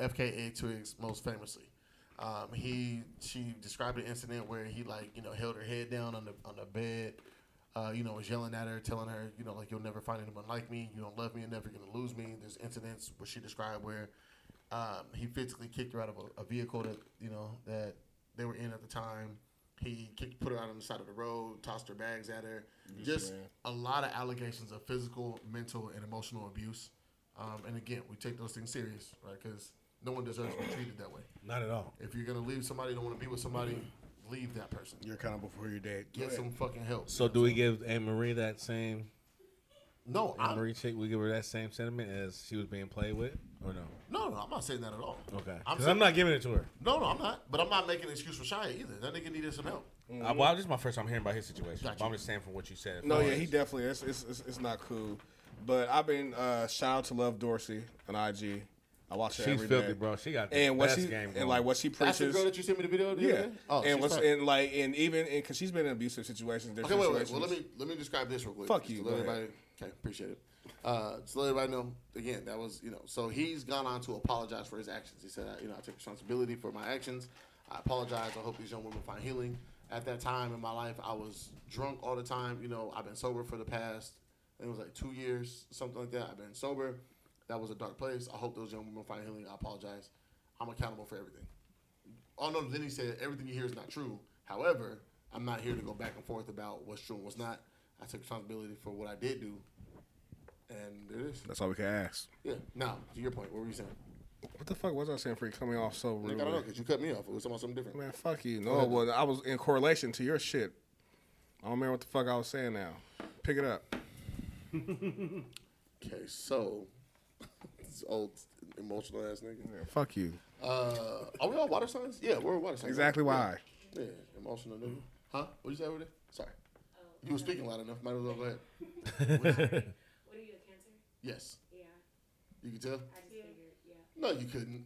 FKA Twigs, most famously. Um, he she described an incident where he like you know held her head down on the on the bed, uh, you know was yelling at her, telling her you know like you'll never find anyone like me, you don't love me, you're never gonna lose me. There's incidents where she described where um, he physically kicked her out of a, a vehicle that you know that they were in at the time. He kicked, put her out on the side of the road, tossed her bags at her. Just
man.
a lot of allegations of physical, mental, and emotional abuse. Um, and again, we take those things serious, right? Because no one deserves to be treated that way.
Not at all.
If you're gonna leave somebody, don't want to be with somebody, leave that person.
You're kind of before your date.
Get some fucking help.
So do we give Anne Marie that same
No,
Anne
I'm,
Marie chick? We give her that same sentiment as she was being played with, or no?
No, no, I'm not saying that at all.
Okay,
I'm,
'Cause
saying,
I'm not giving it to her.
No, no, I'm not. But I'm not making an excuse for Shia either. That nigga needed some help.
Uh, well, this is my first time hearing about his situation.
Gotcha.
But I'm just saying from what you said.
No, yeah, he definitely. It's it's, it's, it's not cool. But I've been uh, shout out to Love Dorsey on IG. I watch her
She's
every day.
filthy, bro. She got the
and what
best
she
game.
and like
going.
what she
That's the
preaches.
girl that you sent me the video. The other
yeah.
day? Oh, she's
and what's
fine.
and like and even and because she's been in abusive situations.
Okay,
different
wait, wait.
situations.
Well, let me let me describe this real quick.
Fuck
just
you,
to let
go ahead.
everybody- Okay, appreciate it. Uh, just to let everybody know again that was you know. So he's gone on to apologize for his actions. He said, I, you know, I take responsibility for my actions. I apologize. I hope these young women find healing. At that time in my life, I was drunk all the time. You know, I've been sober for the past. I think it was like two years, something like that. I've been sober. That was a dark place. I hope those young women find healing. I apologize. I'm accountable for everything. Oh no! Then he said everything you hear is not true. However, I'm not here to go back and forth about what's true and what's not. I took responsibility for what I did do, and there it is.
That's all we can ask.
Yeah. Now to your point, what were you saying?
What the fuck was I saying for you coming off so
Like,
rude?
I don't know because you cut me off. It was talking about something different.
Man, fuck you. No, well, I was in correlation to your shit. I don't remember what the fuck I was saying now. Pick it up.
Okay, so this old emotional ass nigga.
Fuck you.
Uh, are we all water signs? Yeah, we're water signs.
Exactly
right?
why.
Yeah, Yeah, emotional nigga. Huh? What you say over there? Sorry, you were speaking loud enough. Might as well go ahead.
What are you, a cancer?
Yes,
Yeah.
you could tell.
I just figured, yeah.
No, you couldn't.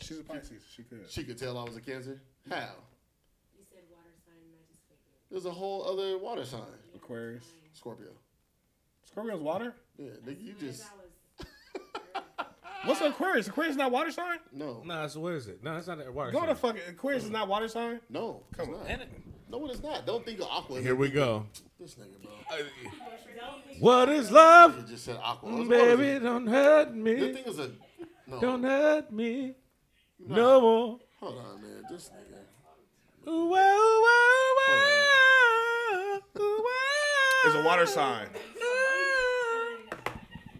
She's a Pisces. She could.
She could tell I was a cancer. How?
You said water sign, and I just figured.
There's a whole other water sign.
Aquarius.
Scorpio.
Scorpio's water?
Yeah, nigga, you just
That was
What's an Aquarius? Aquarius is not water sign?
no,
Nah, so what is it? No, it's not that water.
Go to
sign.
fucking Aquarius is not water sign?
no. Come on. No, it is not. Don't think of Aqua.
Here we go.
This nigga, bro.
What is love,
It just said Aqua. It was water.
baby? Don't hurt
That
me.
thing is a no.
Don't hurt me. No more.
Hold on, man. This nigga.
Ooh, wah, ooh, wah, wah. Ooh, wah.
It's a water sign.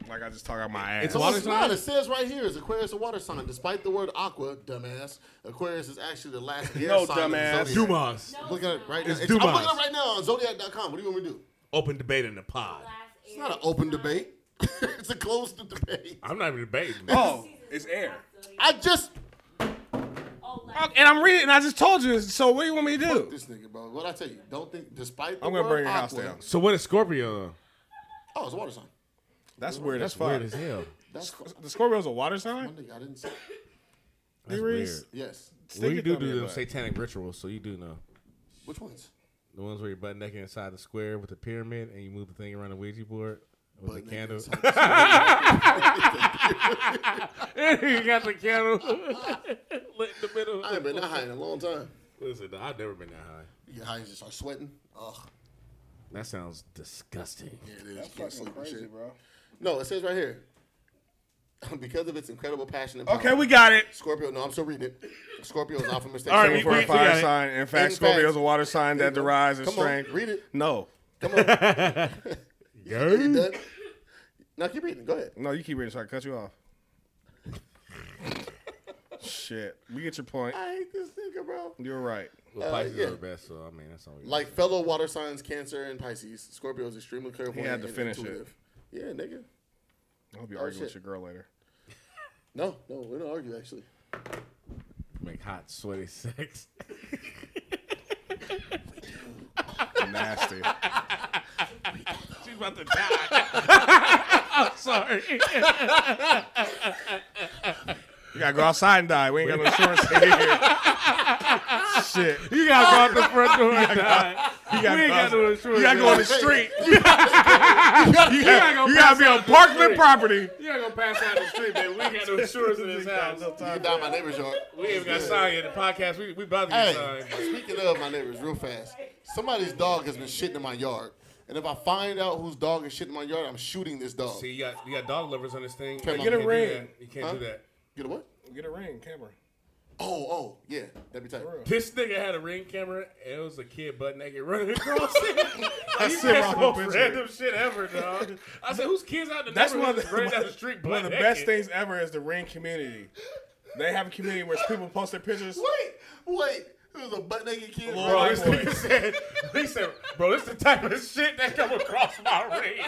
Like I just talk out my ass.
It's
So
water
it's not.
sign?
It says right here is Aquarius a water sign. Despite the word aqua, dumbass, Aquarius is actually the last air
No,
sign.
dumbass.
Of the zodiac.
Dumas.
Look at it right now.
It's
It's- I'm
Dumas.
looking up right now on Zodiac.com. What do you want me to do?
Open debate in the pod.
last
It's not an open debate. it's a closed debate.
I'm not even debating.
oh, it's air.
I just
Oh,
Oh,
last
and I'm reading. I just told you. So what do you want me to do?
This nigga, bro. What I tell you, don't think. Despite the
I'm gonna
word
burn your house
aqua-
down.
So what is Scorpio? though?
Oh, it's a water sign.
That's weird
That's
as fuck.
weird as hell.
That's
The Scorpio's a water
my
sign.
nigga. I didn't say.
That's weird.
Reese.
Yes.
Well,
Stick
you
it
do
down your
do them
butt.
satanic rituals, so you do know.
Which ones?
The ones where you're butt naked inside the square with the pyramid and you move the thing around the Ouija board with
Butt
the
naked
candle. you got the candle lit in the middle.
I ain't been that high in a long time.
Listen, no, I've never been that high.
You get high and just start sweating. Ugh.
That sounds disgusting.
Yeah, it is. You can't sleep and shit.
bro.
No, it says right here. because of its incredible passion and power.
Okay, we got it.
Scorpio. No, I'm still reading it. Scorpio is often mistaken
All right, we-
for a
we got
fire
it.
sign. In fact,
In
Scorpio is
fact.
a water sign that derives its
Come on,
strength.
read it.
No.
Come on. you
Girl.
done? Now keep reading. Go ahead.
No, you keep reading so I can cut you off. Shit. We get your point.
I hate this nigga, bro.
You're right.
Well, Pisces
yeah.
are the best, so I mean that's all. We
Like fellow water signs, Cancer and Pisces, Scorpio is extremely clairvoyant.
He had to
and
finish it.
intuitive. Yeah, nigga.
I hope you argue with your
shit.
girl later.
No, no, we don't argue actually.
make hot sweaty sex.
Nasty.
She's about to die. I'm sorry.
you gotta go outside and die. We ain't got no shorts in here. Shit.
You gotta go out the front door and die.
You gotta,
We ain't got no
go,
insurance.
you gotta go on the
man.
street.
You gotta go pass
You gotta be
out
on
the
Parkland
street.
property.
You gotta go pass out the street, baby. We ain't got no insurance in this house.
You down my neighbor's yard.
We ain't got signed yet. The podcast, we, we about to get
Hey,
signed.
speaking of my neighbors, real fast. Somebody's dog has been shitting in my yard, and if I find out whose dog is shitting in my yard, I'm shooting this dog.
See, you got you got dog lovers on this thing.
Come
You
on.
can't
Get a
do
ring.
that. You can't
Huh?
do that.
Get a what?
Get a ring, camera.
Oh, oh, yeah, that'd be tight.
real.
This nigga had a ring camera and it was a kid butt naked running across it. That's
it,
the
Rob,
most
I'm picturing.
random shit ever, dog. I said, whose kids out in the
That's one of the,
neighborhood running down the street
one
butt
of the
naked?
best things ever is the ring community. They have a community where people post their pictures.
Wait, wait. It was a butt naked kid.
Bro, this nigga said, he said, bro, this the type of shit that come across my ring.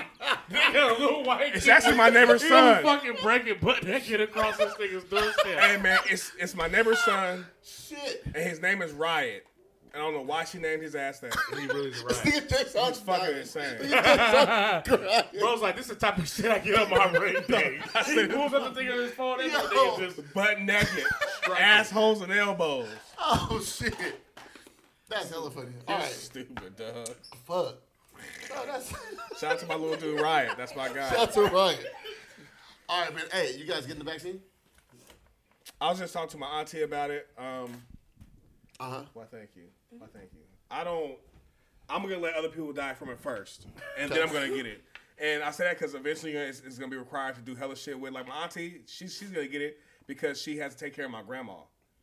Nigga, a little white
It's
kid
actually my neighbor's
He
son.
was fucking breaking butt naked across this nigga's doorstep.
Hey man, it's it's my neighbor's son,
Shit.
and his name is Riot. I don't know why she named his ass that.
he really is right.
Nigga Jason's
Fucking
fucking.
insane.
Bro's like, this is the type of shit I get on my ring day. he pulls up the thing on his phone and
Yo.
nigga just
Butt naked, assholes and elbows.
Oh shit. That's hella funny. All right.
Stupid dog.
Fuck. No, that's
Shout out to my little dude Riot. That's my guy.
that's all right. All right, man. Hey, you guys getting the vaccine?
I was just talking to my auntie about it. Um,
Uh huh.
why thank you. Why thank you. I don't. I'm gonna let other people die from it first, and then I'm gonna get it. And I say that because eventually it's, it's gonna be required to do hella shit with. Like my auntie, she, she's gonna get it because she has to take care of my grandma.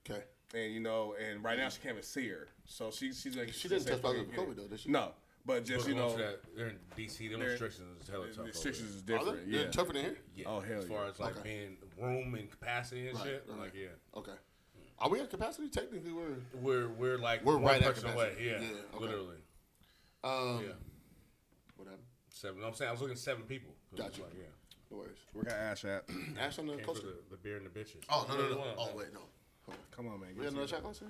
Okay.
and you know, and right now she can't even see her, so she she's like
She didn't
she's
test positive
like,
for COVID though, did she?
No, but just you know,
that. They're in DC. Them restrictions is hella tough.
the
over
restrictions is
Are
different.
they? They're
Yeah,
tougher than here.
there. Yeah,
Oh, hell
As far
yeah.
as like
Okay.
being room and capacity and
Right,
shit,
right.
like yeah,
Okay. Are we at capacity? Technically, we're.
we're we're like
We're
one
right at
person away.
capacity.
Yeah,
Yeah, okay.
literally.
Um,
Yeah.
Whatever.
Seven. I'm saying I was looking at seven people. 'Cause it's
Gotcha.
Like, yeah.
No worries.
we're gonna ash at.
Ash on the
Came for
closer.
the, the beer and the bitches.
Oh no no
Only
no.
one.
Oh wait no. Hold on.
Come on, man.
We
get
got another
some-
shot closer.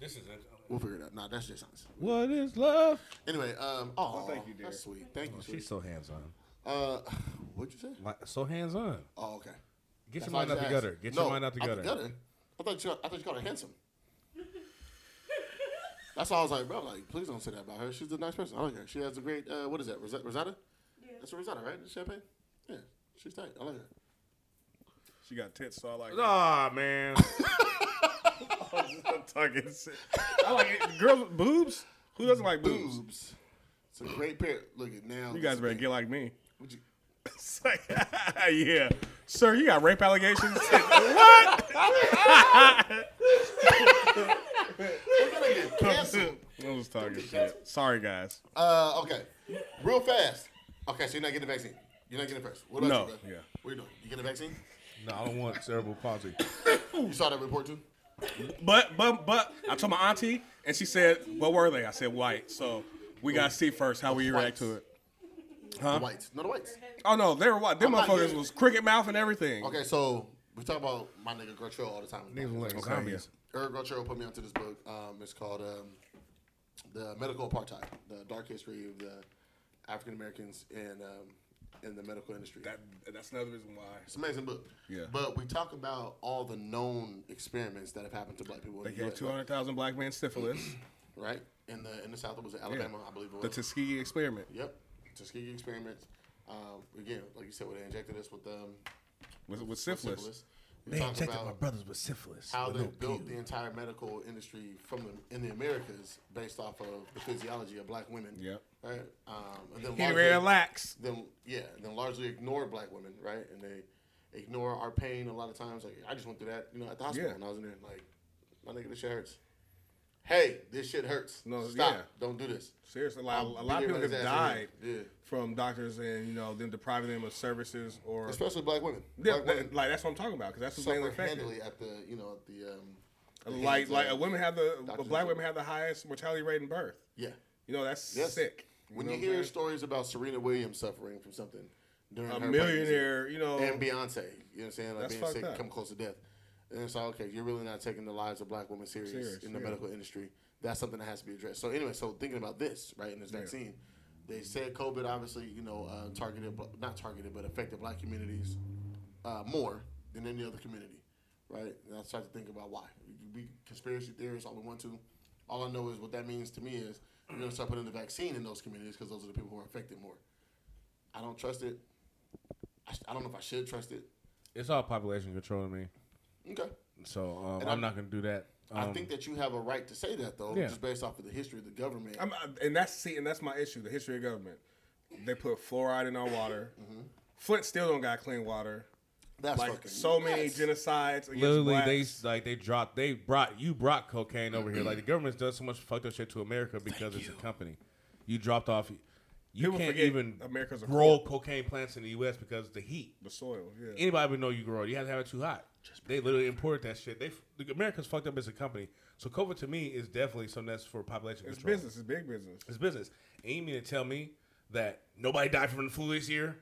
This is it.
We'll figure it out. Nah, that's just science.
What is love?
Anyway, um, oh,
thank you, dear.
That's sweet. Thank you. Sweet.
She's so hands on.
Uh, what'd you say?
Like, so hands on.
Oh, okay.
Get
That's
your
why I
mind out
just
the
asked.
gutter. Get your
No,
mind out the
out
gutter.
I thought you. I thought you called her handsome. That's why I was like, bro, like, please don't say that about her. She's a nice person. I don't care. She has a great. Uh, what is that? Rosetta? Rosetta? Yeah. That's a Rosetta, right? The champagne. Yeah, she's tight. I like her.
She got tits, so I like.
Ah man,
I'm talking shit. I like it. girls boobs. Who doesn't like boobs?
Boobs. It's a great pair. Look at now.
You guys better get like me.
Would you-
It's like, yeah, sir, you got rape allegations.
We're gonna get canceled.
I was talking shit. Sorry, guys.
Uh, okay. Real fast. Okay, so you're not getting the vaccine. You're not getting it first. What about
No,
you, bro?
yeah.
What you doing? You getting the vaccine?
No, I don't want cerebral palsy.
You saw that report too?
But but but I told my auntie, and she said, "What were they?" I said, "White." So we gotta see first how we react to it.
The whites. No, the whites.
Oh no, they were white. Them
I'm not
motherfuckers
here.
was cricket mouth and everything.
Okay, so we talk about my nigga Gertrude all the time.
Zombies.
Eric Rochero put me onto this book. Um, it's called um, "The Medical Apartheid: The Dark History of the African Americans in um, in the Medical Industry."
That, that's another reason why.
it's an amazing book.
Yeah.
But we talk about all the known experiments that have happened to black people.
They
in the
gave
US,
two hundred thousand black men syphilis.
right in the in the South. It was in Alabama, I believe it was.
the Tuskegee experiment
yep, Tuskegee experiments. Um, again, like you said, where they injected us with um,
with, with syphilis.
syphilis. We talk about-
brothers with syphilis.
how they built the entire medical industry from the, in the Americas based off of the physiology of black women.
Yep.
Right. Um, and then
He
largely-
relax.
Then yeah, and then largely ignore black women, right? And they ignore our pain a lot of times. Like I just went through that, you know, at the hospital
Yeah.
when I was in there. Like my nigga, this shit hurts. Hey, this shit hurts.
No,
stop.
yeah.
Don't do this.
Seriously, like, a
I'll
lot
beat
of people
everybody's
have
ass in
died
here. Yeah.
from doctors and you know them depriving them of services or
Especially black women.
Yeah,
black
that-
women
like that's what I'm talking about because that's what's mainly
suffer
affected.
handily at the you know at the um. the
Like
hands
like
of-
a women have the
uh, Doctors
black
do.
women have the highest mortality rate in birth.
Yeah.
You know that's
Yes.
sick.
When
know
you,
what I'm
hear
saying?
stories about Serena Williams suffering from something during
a
her
millionaire, you know,
pregnancy, and Beyonce, you know what I'm saying, like
That's
being
fucked
sick,
up.
come close to death, and it's like okay, you're really not taking the lives of black women serious,
Serious,
in the
yeah.
medical industry. That's something that has to be addressed. So anyway, so thinking about this right in this vaccine, they said COVID obviously you know uh, targeted bl- not targeted but affected black communities uh, more than any other community, right? And I started to think about why. We can be conspiracy theorists all we want to. All I know is what that means to me is we're going to start putting the vaccine in those communities because those are the people who are affected more. I don't trust it. I, sh- I don't know if I should trust it.
It's all population control to me.
Okay.
So um, I'm,
I'm-
not going to do that.
I
Um,
think that you have a right to say that though,
Yeah.
just based off of the history of the government.
I'm, I- and that's see, and that's my issue. The history of government, they put fluoride in our water. Flint still don't got clean water.
Mm-hmm. That's
Like
fucking
so many
nuts.
genocides. Against
Literally,
blacks.
they like they dropped. They brought you brought cocaine over here. Like the government's done so much fucked up shit to America because it's a company. You dropped off.
You
People
can't
forget
even
America's a
grow
corn.
cocaine plants in the U.S. because of the heat.
The soil, yeah.
Anybody would know you grow it. You have to have it too hot. They literally imported that shit. They the Americans fucked up as a company. So COVID to me is definitely something that's for population
It's
control.
business. It's big business.
It's business. And you mean to tell me that nobody died from the flu this year?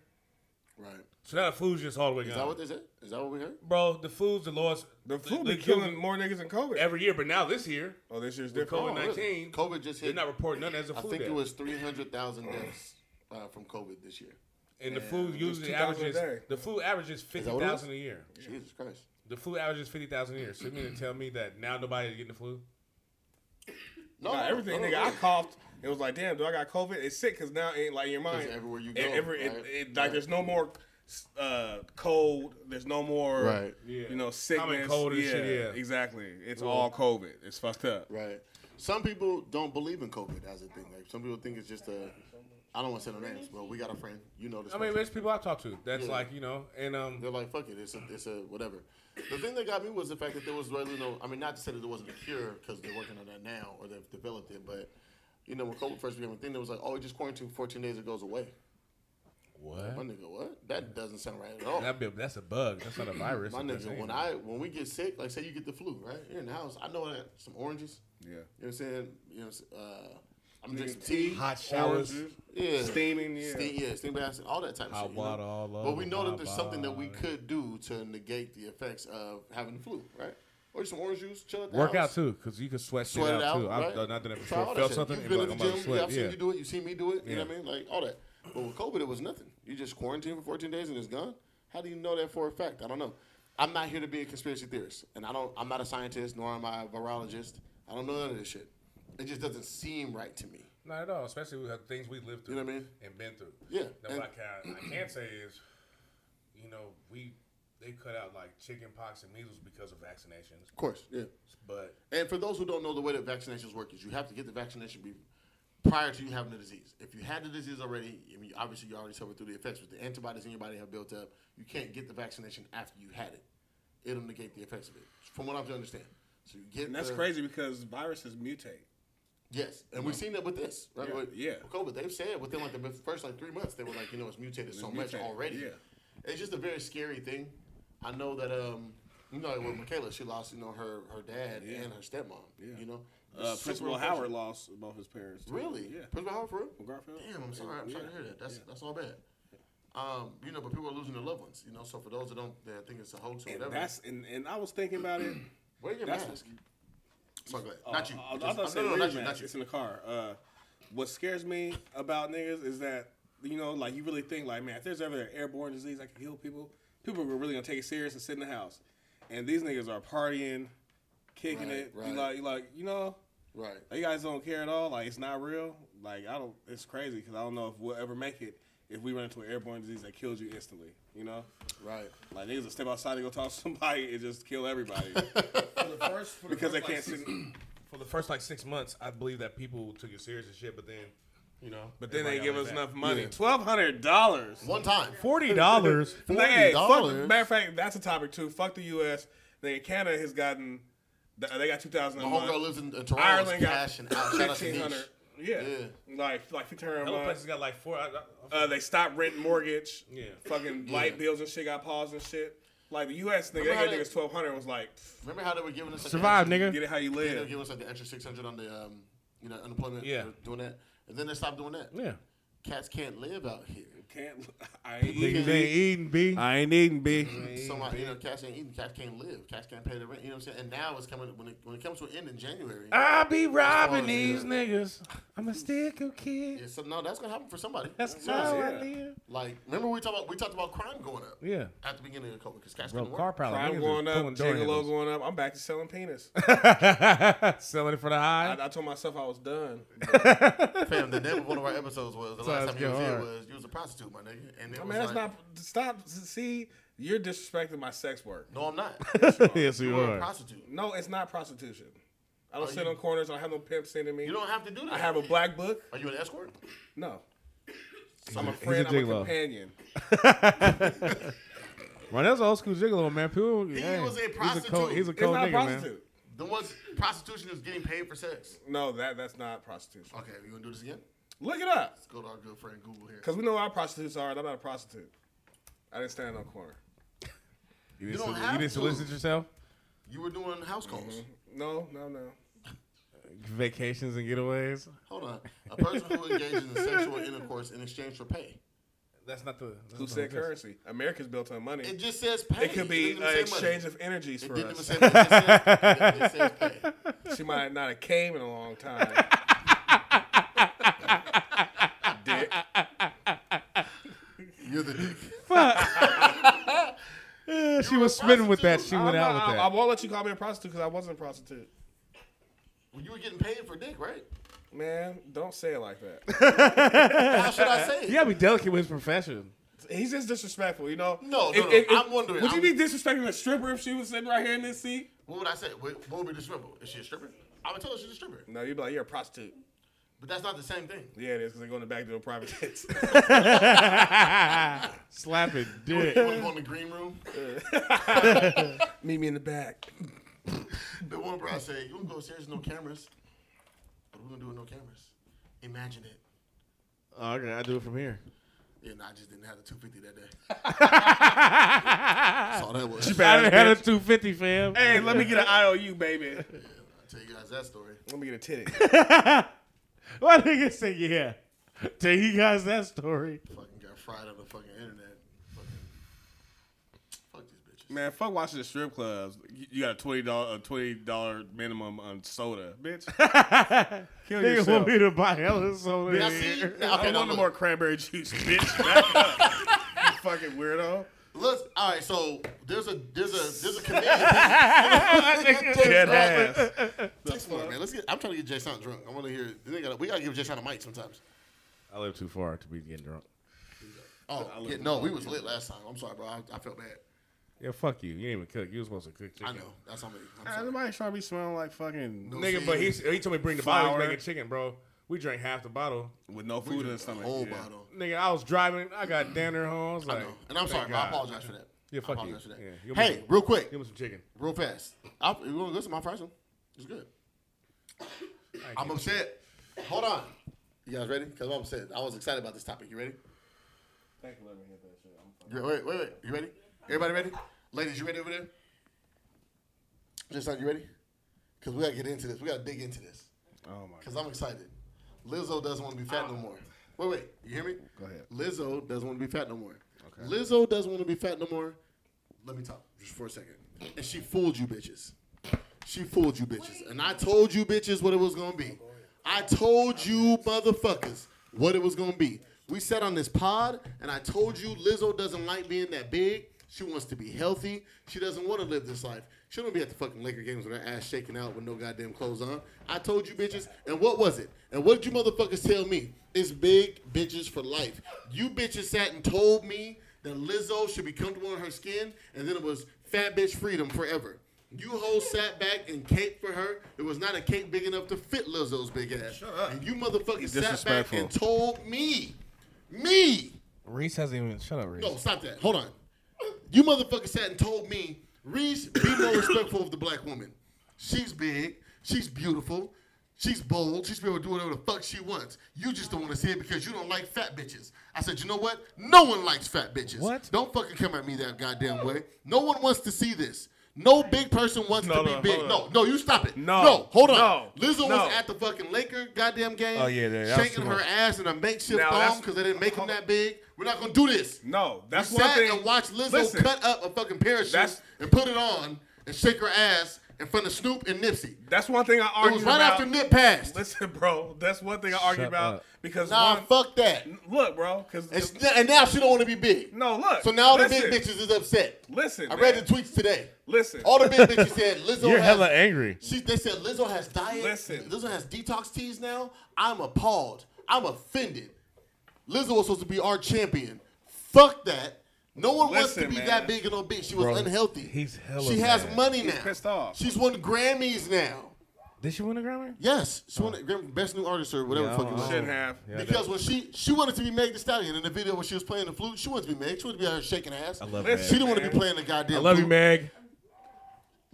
Right.
So now the flu's just all the way
Is
gone.
that what they said? Is that what we heard?
Bro, the flu's the lowest.
The flu
they
be
killed
killing more niggas than COVID.
every year, but now this year
oh, this year's
with
different.
COVID
really?
nineteen,
COVID just
they're
hit.
not reporting nothing as a
I
flu
think
death.
it was three hundred thousand deaths uh, from COVID this year.
and the flu usually
2,000 a
averages
day.
the flu averages fifty
what it
thousand a year.
Jesus Christ.
The flu averages fifty thousand a year. So you mean to tell me that now nobody's getting the flu?
No,
Oh, Nah, everything,
no,
nigga.
no.
I coughed. It was like, damn, do I got COVID? It's sick because now it ain't like in your mind.
'Cause everywhere you
it-
go,
every- it-
right?
it- like there's no more uh, cold. There's no more,
Right.
Yeah.
you know,
Common
sickness.
cold and shit, yeah.
exactly. It's all COVID. It's fucked up.
Right. Some people don't believe in COVID as a thing. Like some people think it's just a. I don't want to say no names, but we got a friend. You know this.
I mean,
person.
there's people I've talked to that's
Yeah.
like you know, and um,
They're like, fuck it, it's a, it's a whatever. The thing that got me was the fact that there was really no, I mean, not to say that there wasn't a cure because they're working on that now or they've developed it, but you know, when COVID first became a thing, there was like, oh, we just quarantined 14 days, it goes away. My
what?
nigga, what? That doesn't sound right at all.
That be, that's a bug. That's not a virus.
My
That's
nigga,
a-
when I when we get sick, like say you get the flu, right? You're in the house. I know I got some oranges.
Yeah.
You know what I'm saying? You know, uh, I'm drinking some tea,
hot showers,
Oranges,
yeah,
steaming, yeah.
steam, yeah, steam baths, all that type of
Hot
shit. you know?
water all
But we
over
know
my
that there's something that we
body.
could do to negate the effects of having the flu, right? Or just some orange juice, chill at the
work out
house.
too, because you can sweat shit
Sweat
out,
it out,
too.
right?
I've not done it
Try
before.
all that
Felt
shit.
something,
You've
and
been
like,
at
I'm
the
about to
gym. yeah,
sweat.
I've seen
Yeah,
you do it. You seen me do it. You know
Yeah.
what I mean? Like all that. But with COVID, it was nothing. You just quarantined for 14 days and it's gone. How do you know that for a fact? I don't know. I'm not here to be a conspiracy theorist, and I don't. I'm not a scientist, nor am I a virologist. I don't know none of this shit. It just doesn't seem right to me.
not at all. Especially with the things we lived through
You know what I mean?
and been through.
Yeah,
Now,
and-
what I can I can say is, you know, we they cut out like chicken pox and measles because of vaccinations,
Of course, yeah.
but
And for those who don't know, the way that vaccinations work is you have to get the vaccination be prior to you having the disease. If you had the disease already, I mean, obviously you already suffered through the effects, but the antibodies in your body have built up. You can't get the vaccination after you had it. It'll negate the effects of it, from what I can understand. So you get
And that's
the-
crazy because viruses mutate.
Yes, and we've seen that with this, right?
Yeah,
With
yeah.
COVID, they've said within like the first like three months, they were like, you know, it's mutated so much
mutated,
already.
yeah.
It's just a very scary thing. I know that um, you know, with Michaela, she lost, you know, her her dad and her stepmom.
Yeah.
You know,
Uh,
It's super
Principal
unfortunate.
Howard lost both his parents. too.
Really?
Yeah.
Principal Howard for real?
From Garfield?
Damn, I'm sorry. I'm sorry to
Yeah.
hear that. That's that's all bad. Um, you know, but people are losing their loved ones. You know, so for those that don't, that think it's a hoax or
And
whatever.
that's and, and I was thinking about it.
wear your
that's- Uh,
mask. Sorry, go ahead. not you.
I- I, I
Just-
thought it said
no, no, no,
weird
not you.
man.
Not you.
It's in the car. Uh, what scares me about niggas is that you know, like you really think like, man, if there's ever an airborne disease that can kill people, people are really gonna take it serious and sit in the house. And these niggas are partying, kicking
Right,
it. You
right.
like, you like, you know,
Right.
you guys don't care at all. Like it's not real. Like I don't. It's crazy because I don't know if we'll ever make it if we run into an airborne disease that kills you instantly. You know,
Right.
like niggas will step outside to go talk to somebody and just kill everybody because they can't sit.
for the first like six months, I believe that people took it serious and shit. But then, you know,
But then they
everybody
give
got
us
like
enough
that.
money. Twelve hundred dollars.
One time.
Forty dollars.
Hey, fuck,
$40?
matter of fact, that's a topic too. Fuck the U.S. Nigga, Canada has gotten. th- They got two thousand a
My homegirl
month.
lives in, in Toronto.
Ireland
Ireland
got
passion out. Shout out to
Fifteen
Niche.
hundred. Yeah.
Yeah.
like like fifteen hundred a
Other places
month.
got like four. I, I,
Uh, they stopped renting mortgage.
Yeah.
fucking
Yeah.
light bills and shit got paused and shit. Like the U.S. nigga,
Remember
they
how
got
they-
niggas twelve hundred. Was like, pff,
Remember how they were giving us like,
survive,
the extra,
nigga.
get it how you
They were
live.
giving us like the extra six hundred on the um, you know, unemployment.
Yeah.
Yeah. Doing that, and then they stopped doing that.
Yeah.
Cats can't live out here.
Can't. I ain't
People
eating.
can't eat.
eating, b.
I ain't eating, b.
Mm-hmm.
So like, you know, cats ain't eating, cats can't live, cats can't pay the rent. You know what I'm saying? And now it's coming when it when it comes to an end in January.
I be robbing
Oh,
these
yeah.
niggas. I'm a stickle kid.
yeah, so no, that's gonna happen for somebody.
That's
Seriously.
how
yeah.
I live.
Like, remember we talked about we talked about crime going up.
Yeah.
At the beginning of COVID, because cats
Bro,
couldn't
car
work.
problem.
Crime
Niggas
going
is
up,
pulling door
Gigolo
handles.
going up. I'm back to selling penis.
Selling it for the high.
I, I told myself I was done.
Fam, the name of one of our episodes was the
Times
last time you was
get
here
hard.
was you was a prostitute, my nigga. And it
I mean,
was
that's
like,
not stop. See, you're disrespecting my sex work.
No, I'm not.
yes,
you
you
were a
are.
prostitute.
No, it's not prostitution. I don't
Are
sit
you-
on corners. I don't have no pimp sending me.
You don't have to do that.
I have a black book.
Are you an escort?
No, I'm a
he's a
friend. i I'm a
gigolo.
companion.
Right, that's old school gigolo, man. People, he
was a
He's a cold,
prostitute.
he's a
It's
cold
not
nigga, man.
prostitute.
The ones prostitution is getting paid for sex.
No, that that's not prostitution.
Okay, you gonna do this again?
Look it up.
Let's go to our good friend Google here.
Because we know where our prostitutes are, and I'm not a prostitute. I didn't stand on the corner.
You didn't,
don't
soli-
have
you didn't
to.
solicit yourself?
You were doing house calls.
No, no, no.
Vacations and getaways?
Hold on. A person who engages in sexual intercourse in exchange for pay.
That's not the. That's
Who
not
said
the-
currency? America's built on money.
It
It,
just says pay.
could be
didn't
an
even say
exchange
money.
of energies
It
for
didn't even
us.
say. It just says, it just says pay.
She might not have came in a long time. Dick.
You're the dick.
Yeah, she was smitten with that. She
I'm
went out
not-
with
I, I
that.
won't let you call me a prostitute because I wasn't a prostitute.
Well, You were getting paid for dick, right?
Man, don't say it like that.
How should I say it?
You gotta be delicate with his profession.
He's just disrespectful, you know.
No, no, no. I'm wondering.
Would
I'm-
you be disrespecting a stripper if she was sitting right here in this seat?
What would I say? What what would be the stripper? Is she a stripper? I would tell her she's a stripper.
No, you'd be like, you're a prostitute.
But that's not the same thing.
Yeah, it is because they go in the back door private jets.
Slap it, dick.
When you go in the green room,
Meet me in the back.
the one bro I said, you can go upstairs, no cameras. What are we gonna do with no cameras? Imagine it.
Oh, okay, I do it from here.
Yeah, no, I just didn't have the 250 that day. That's all that was.
I done had a 250, fam.
Hey, let me get an IOU, baby.
I'll tell you guys that story.
Let me get a titty.
My nigga said, yeah. Tell you guys that story.
Fucking got fried on the fucking internet. Fucking, fuck these bitches.
Man, fuck watching the strip clubs. You you got a twenty dollar a twenty dollar minimum on soda, bitch. Kill
Nigga
yourself.
want me to buy hella soda.
Now
in
see,
here.
now, okay,
I
now
want no
look,
more cranberry juice, bitch. Back up. you fucking weirdo.
Let's, all right, so there's a there's a there's a comedian.
Dead ass.
Text one, man. Let's get. I'm trying to get Jay Sean drunk. I want to hear. They gotta, we gotta give Jay Sean a mic sometimes.
I live too far to be getting drunk.
Oh yeah, no, we was lit last time. I'm sorry, bro. I, I felt bad.
Yeah, fuck you. You ain't even cook. You was supposed to cook chicken.
I know. That's on me. I'm sorry.
Everybody's trying to be smelling like fucking
No
Nigga,
shade.
but he, he told me bring the bottle
Flour.
of chicken, bro. We drank half the bottle.
with no food in the stomach.
whole
yeah.
bottle.
Nigga, I was driving. I got down there home. I was
I
like,
know. And I'm sorry,
thank
bro. I
God.
apologize for that.
Yeah,
I
fuck
apologize
you.
for
Yeah,
that.
you'll
hey,
be-
real quick,
Give me some chicken.
real fast. I, you want to listen to my pricing? It's good. I'm upset. Hold on. You guys ready? Because I'm upset. I was excited about this topic. You ready? You, wait, wait, wait. You ready? Everybody ready? Ladies, you ready over there? Just like you ready? Because we got to get into this. We got to dig into this.
Oh my
Because I'm excited. Lizzo doesn't want to be fat no more. Wait, wait. You hear me? Go
ahead.
Lizzo doesn't want to be fat no more. Okay. Lizzo doesn't want to be fat no more. Let me talk just for a second. And she fooled you bitches. She fooled you bitches. And I told you bitches what it was going to be. I told you motherfuckers what it was going to be. We sat on this pod and I told you Lizzo doesn't like being that big. She wants to be healthy. She doesn't want to live this life. She don't be at the fucking Laker games with her ass shaking out with no goddamn clothes on. I told you bitches, and what was it? And what did you motherfuckers tell me? It's big bitches for life. You bitches sat and told me that Lizzo should be comfortable in her skin, and then it was fat bitch freedom forever. You hoes sat back and cake for her. It was not a cake big enough to fit Lizzo's big ass. And you motherfuckers sat back
disrespectful.
and told me, me,
Reese hasn't even. Shut up, Reese.
no, stop that. Hold on. You motherfucker sat and told me, Reese, be more respectful of the black woman. She's big. She's beautiful. She's bold. She's able to do whatever the fuck she wants. You just don't want to see it because you don't like fat bitches. I said, you know what? No one likes fat bitches.
What?
Don't fucking come at me that goddamn way. No one wants to see this. No big person wants to
No,
be
no,
big.
hold
No, no, you stop it.
No,
no hold on.
no,
Lizzo
no.
was at the fucking Laker goddamn game.
Oh, yeah, yeah, that was
shaking
too
her
much.
ass in a makeshift
Now, that's-
thong because they didn't make him that big. We're not gonna do this.
No, that's
we
one
sat
thing.
and watched Lizzo
Listen.
cut up a fucking parachute
That's-
and put it on and shake her ass in front of Snoop and Nipsey.
That's one thing I
It
argue
was right
about.
after Nip passed.
Listen, bro. That's one thing I argue
Shut
about
up.
because
Nah,
one,
fuck that.
look, bro. Because
And, s- and now she don't want to be big.
no, look.
So now
listen,
the big bitches is upset.
Listen,
I read
man.
the tweets today.
Listen.
All the big bitches said Lizzo.
You're
has,
hella angry.
She, they said Lizzo has diet.
Listen.
Lizzo has detox teas now. I'm appalled. I'm offended. Lizzo was supposed to be our champion. Fuck that. No one wants to
Listen,
be
man.
that big and obese. She was
Bro,
unhealthy.
he's hella
She has
mad.
money now.
pissed off.
She's won Grammys now.
Did she win a Grammy?
Yes, she won the Grammy best new artist or whatever the fuck it was.
shouldn't have.
Yeah,
Because when she she wanted to be Meg Thee Stallion in the video when she was playing the flute, she wanted to be Meg. She wanted to be out here shaking ass. I
love
She
Listen,
didn't want to be
man.
playing the goddamn.
I love you,
flute.
Meg.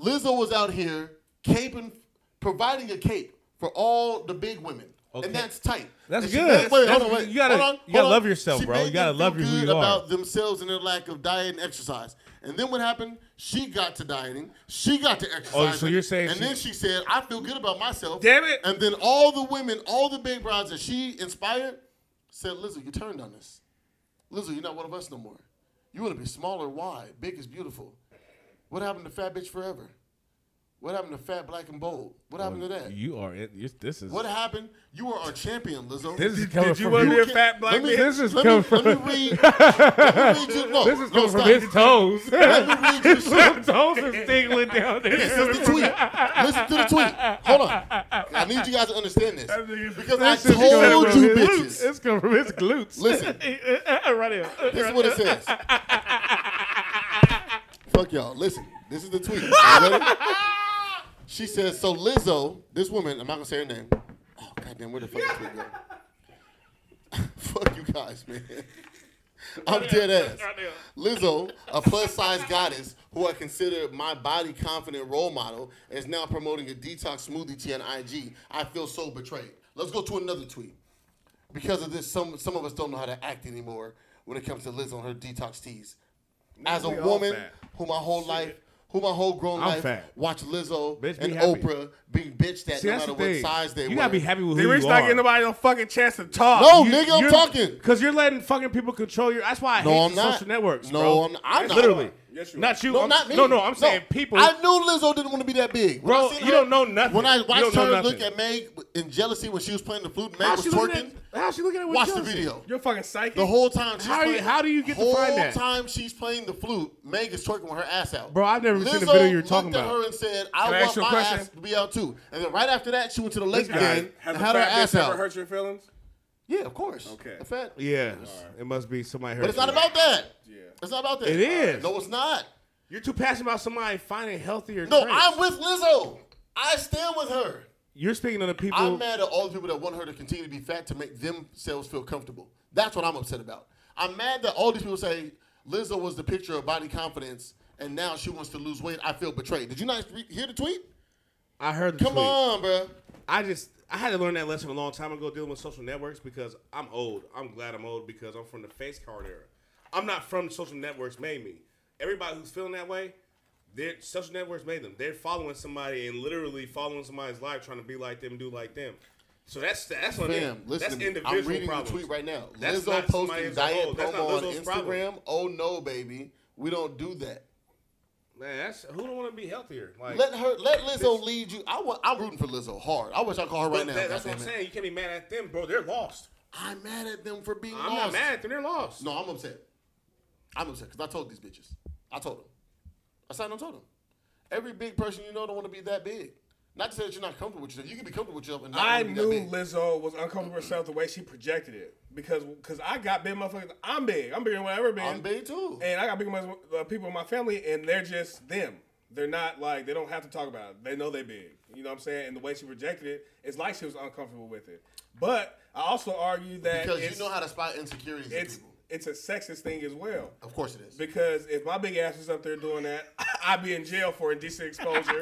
Lizzo was out here caping, providing a cape for all the big women.
Okay.
and that's tight.
That's
And she-
good.
wait,
That's-
hold on, wait.
you gotta-
hold on,
you gotta
hold on.
love yourself,
She
bro.
made
You gotta
them
love
feel
who you
good
are.
about themselves and their lack of diet and exercise. And then what happened? She got to dieting. She got to exercise.
Oh, you're saying
And
she-
then she said, "I feel good about myself."
Damn it.
And then all the women, all the big brides that she inspired, said, "Lizzo, you turned on this. Lizzo, you're not one of us no more. You want to be small or wide. Big is beautiful. What happened to fat bitch forever? What happened to fat, black, and bold? What happened to that?
You are it. You- This is
What happened? You are our champion, Lizzo.
this is coming
you
from
wanna
you.
be a fat black
Let me-
man?
This is
let me,
coming from
Let me read. let me read you, no,
this is
no,
coming from
stop.
his toes.
Let me read you. shit.
His toes is tingling down there.
This is the tweet. Listen to the tweet. Hold on. I need you guys to understand this because I
This is coming
told
from
you,
his glutes.
bitches.
It's coming from his glutes.
Listen.
right here.
This is what it says. Fuck y'all. Listen, this is the tweet. You ready? She says, so Lizzo, this woman, I'm not gonna say her name. Oh goddamn, where the fuck did go? fuck you guys, man. I'm dead ass. Lizzo, a plus size goddess who I consider my body confident role model, is now promoting a detox smoothie tea on IG. I feel so betrayed. Let's go to another tweet. Because of this, some some of us don't know how to act anymore when it comes to Lizzo and her detox teas. As a
we all
woman
fat.
who my whole life, who my whole grown
I'm
life
fat.
watch Lizzo
Bitch, be
and
happy.
Oprah being bitched at
See,
no
that's
matter
the
what
thing.
size they
you
were.
gotta be happy with
They
who
rich
you
not
are.
getting nobody no fucking chance to talk.
No, nigga, I'm talking.
Because you're letting fucking people control your. That's why I
No,
hate
I'm
the
not.
social networks.
No,
bro.
I'm- I'm not.
Literally.
Yes, you are.
not you.
No,
I'm-
not me.
No, no, I'm saying people.
I knew Lizzo didn't want to be that big. When
Bro,
I seen
you don't know nothing.
When I
You
watched
don't know
her look
nothing.
at Meg in jealousy when she was playing the flute, and Meg
how's
was
she looking at?
twerking.
How's she looking at? with
Watch the
jealousy?
video.
You're fucking psychic.
The whole time she's
How you-
playing,
how do you get to
whole
find that?
time she's playing the flute, Meg is twerking with her ass out.
Bro, I've never
Lizzo
seen the video you're
looked
talking
at
about.
her and said, "I
Can I ask
want
you a
my
question?
ass to be out too." And then right after that, she went to the Lakers
guy
game and
Has a
had
fat
her ass
bitch ever
out.
hurt your feelings?
Yeah, of course.
Okay.
The fat-
Yeah, it must be somebody.
But it's not about that. Yeah. It's not about that.
It is.
No, it's not.
You're too passionate about somebody finding healthier.
No,
traits.
I'm with Lizzo. I stand with her.
You're speaking to the people.
I'm mad at all the people that want her to continue to be fat to make themselves feel comfortable. That's what I'm upset about. I'm mad that all these people say Lizzo was the picture of body confidence and now she wants to lose weight. I feel betrayed. Did you not re- hear the tweet?
I heard the
Come
tweet.
on, bro.
I just I had to learn that lesson a long time ago dealing with social networks because I'm old. I'm glad I'm old because I'm from the face card era. I'm not from social networks made me. Everybody who's feeling that way, their social networks made them. They're following somebody and literally following somebody's life, trying to be like them, do like them. So that's that's on them.
Fam, listen
that's
to me.
individual
I'm reading
problems.
the tweet right now.
That's
Lizzo
not somebody
posting
else's
diet
fault. That's not
promo on Instagram.
Lizzo's problem.
Oh no, baby. We don't do that.
Man, that's who don't want to be healthier. Like
Let her let Lizzo lead you. I want, I'm rooting for Lizzo hard. I wish I call her right
but
now.
that- that's
goddamn
what I'm
it.
saying. You can't be mad at them, bro. They're lost.
I'm mad at them for being
I'm
lost.
not mad at them. They're lost.
No, I'm upset. I'm upset because I told these bitches. I told them. I signed on told them. Every big person you know don't want to be that big. Not to say that you're not comfortable with yourself. You can be comfortable with yourself and not
I
wanna be that
knew
big.
Lizzo was uncomfortable with herself the way she projected it because because I got big motherfuckers. I'm big. I'm bigger than whatever been.
I'm big too.
And I got big mother- uh, people in my family, and they're just them. They're not like they don't have to talk about it. They know they big. You know what I'm saying? And the way she projected it, it's like she was uncomfortable with it. But I also argue that
because
it's,
you know how to spot insecurities in
it's
people.
it's a sexist thing as well.
Of course it is.
Because if my big ass was up there doing that, I'd be in jail for indecent exposure.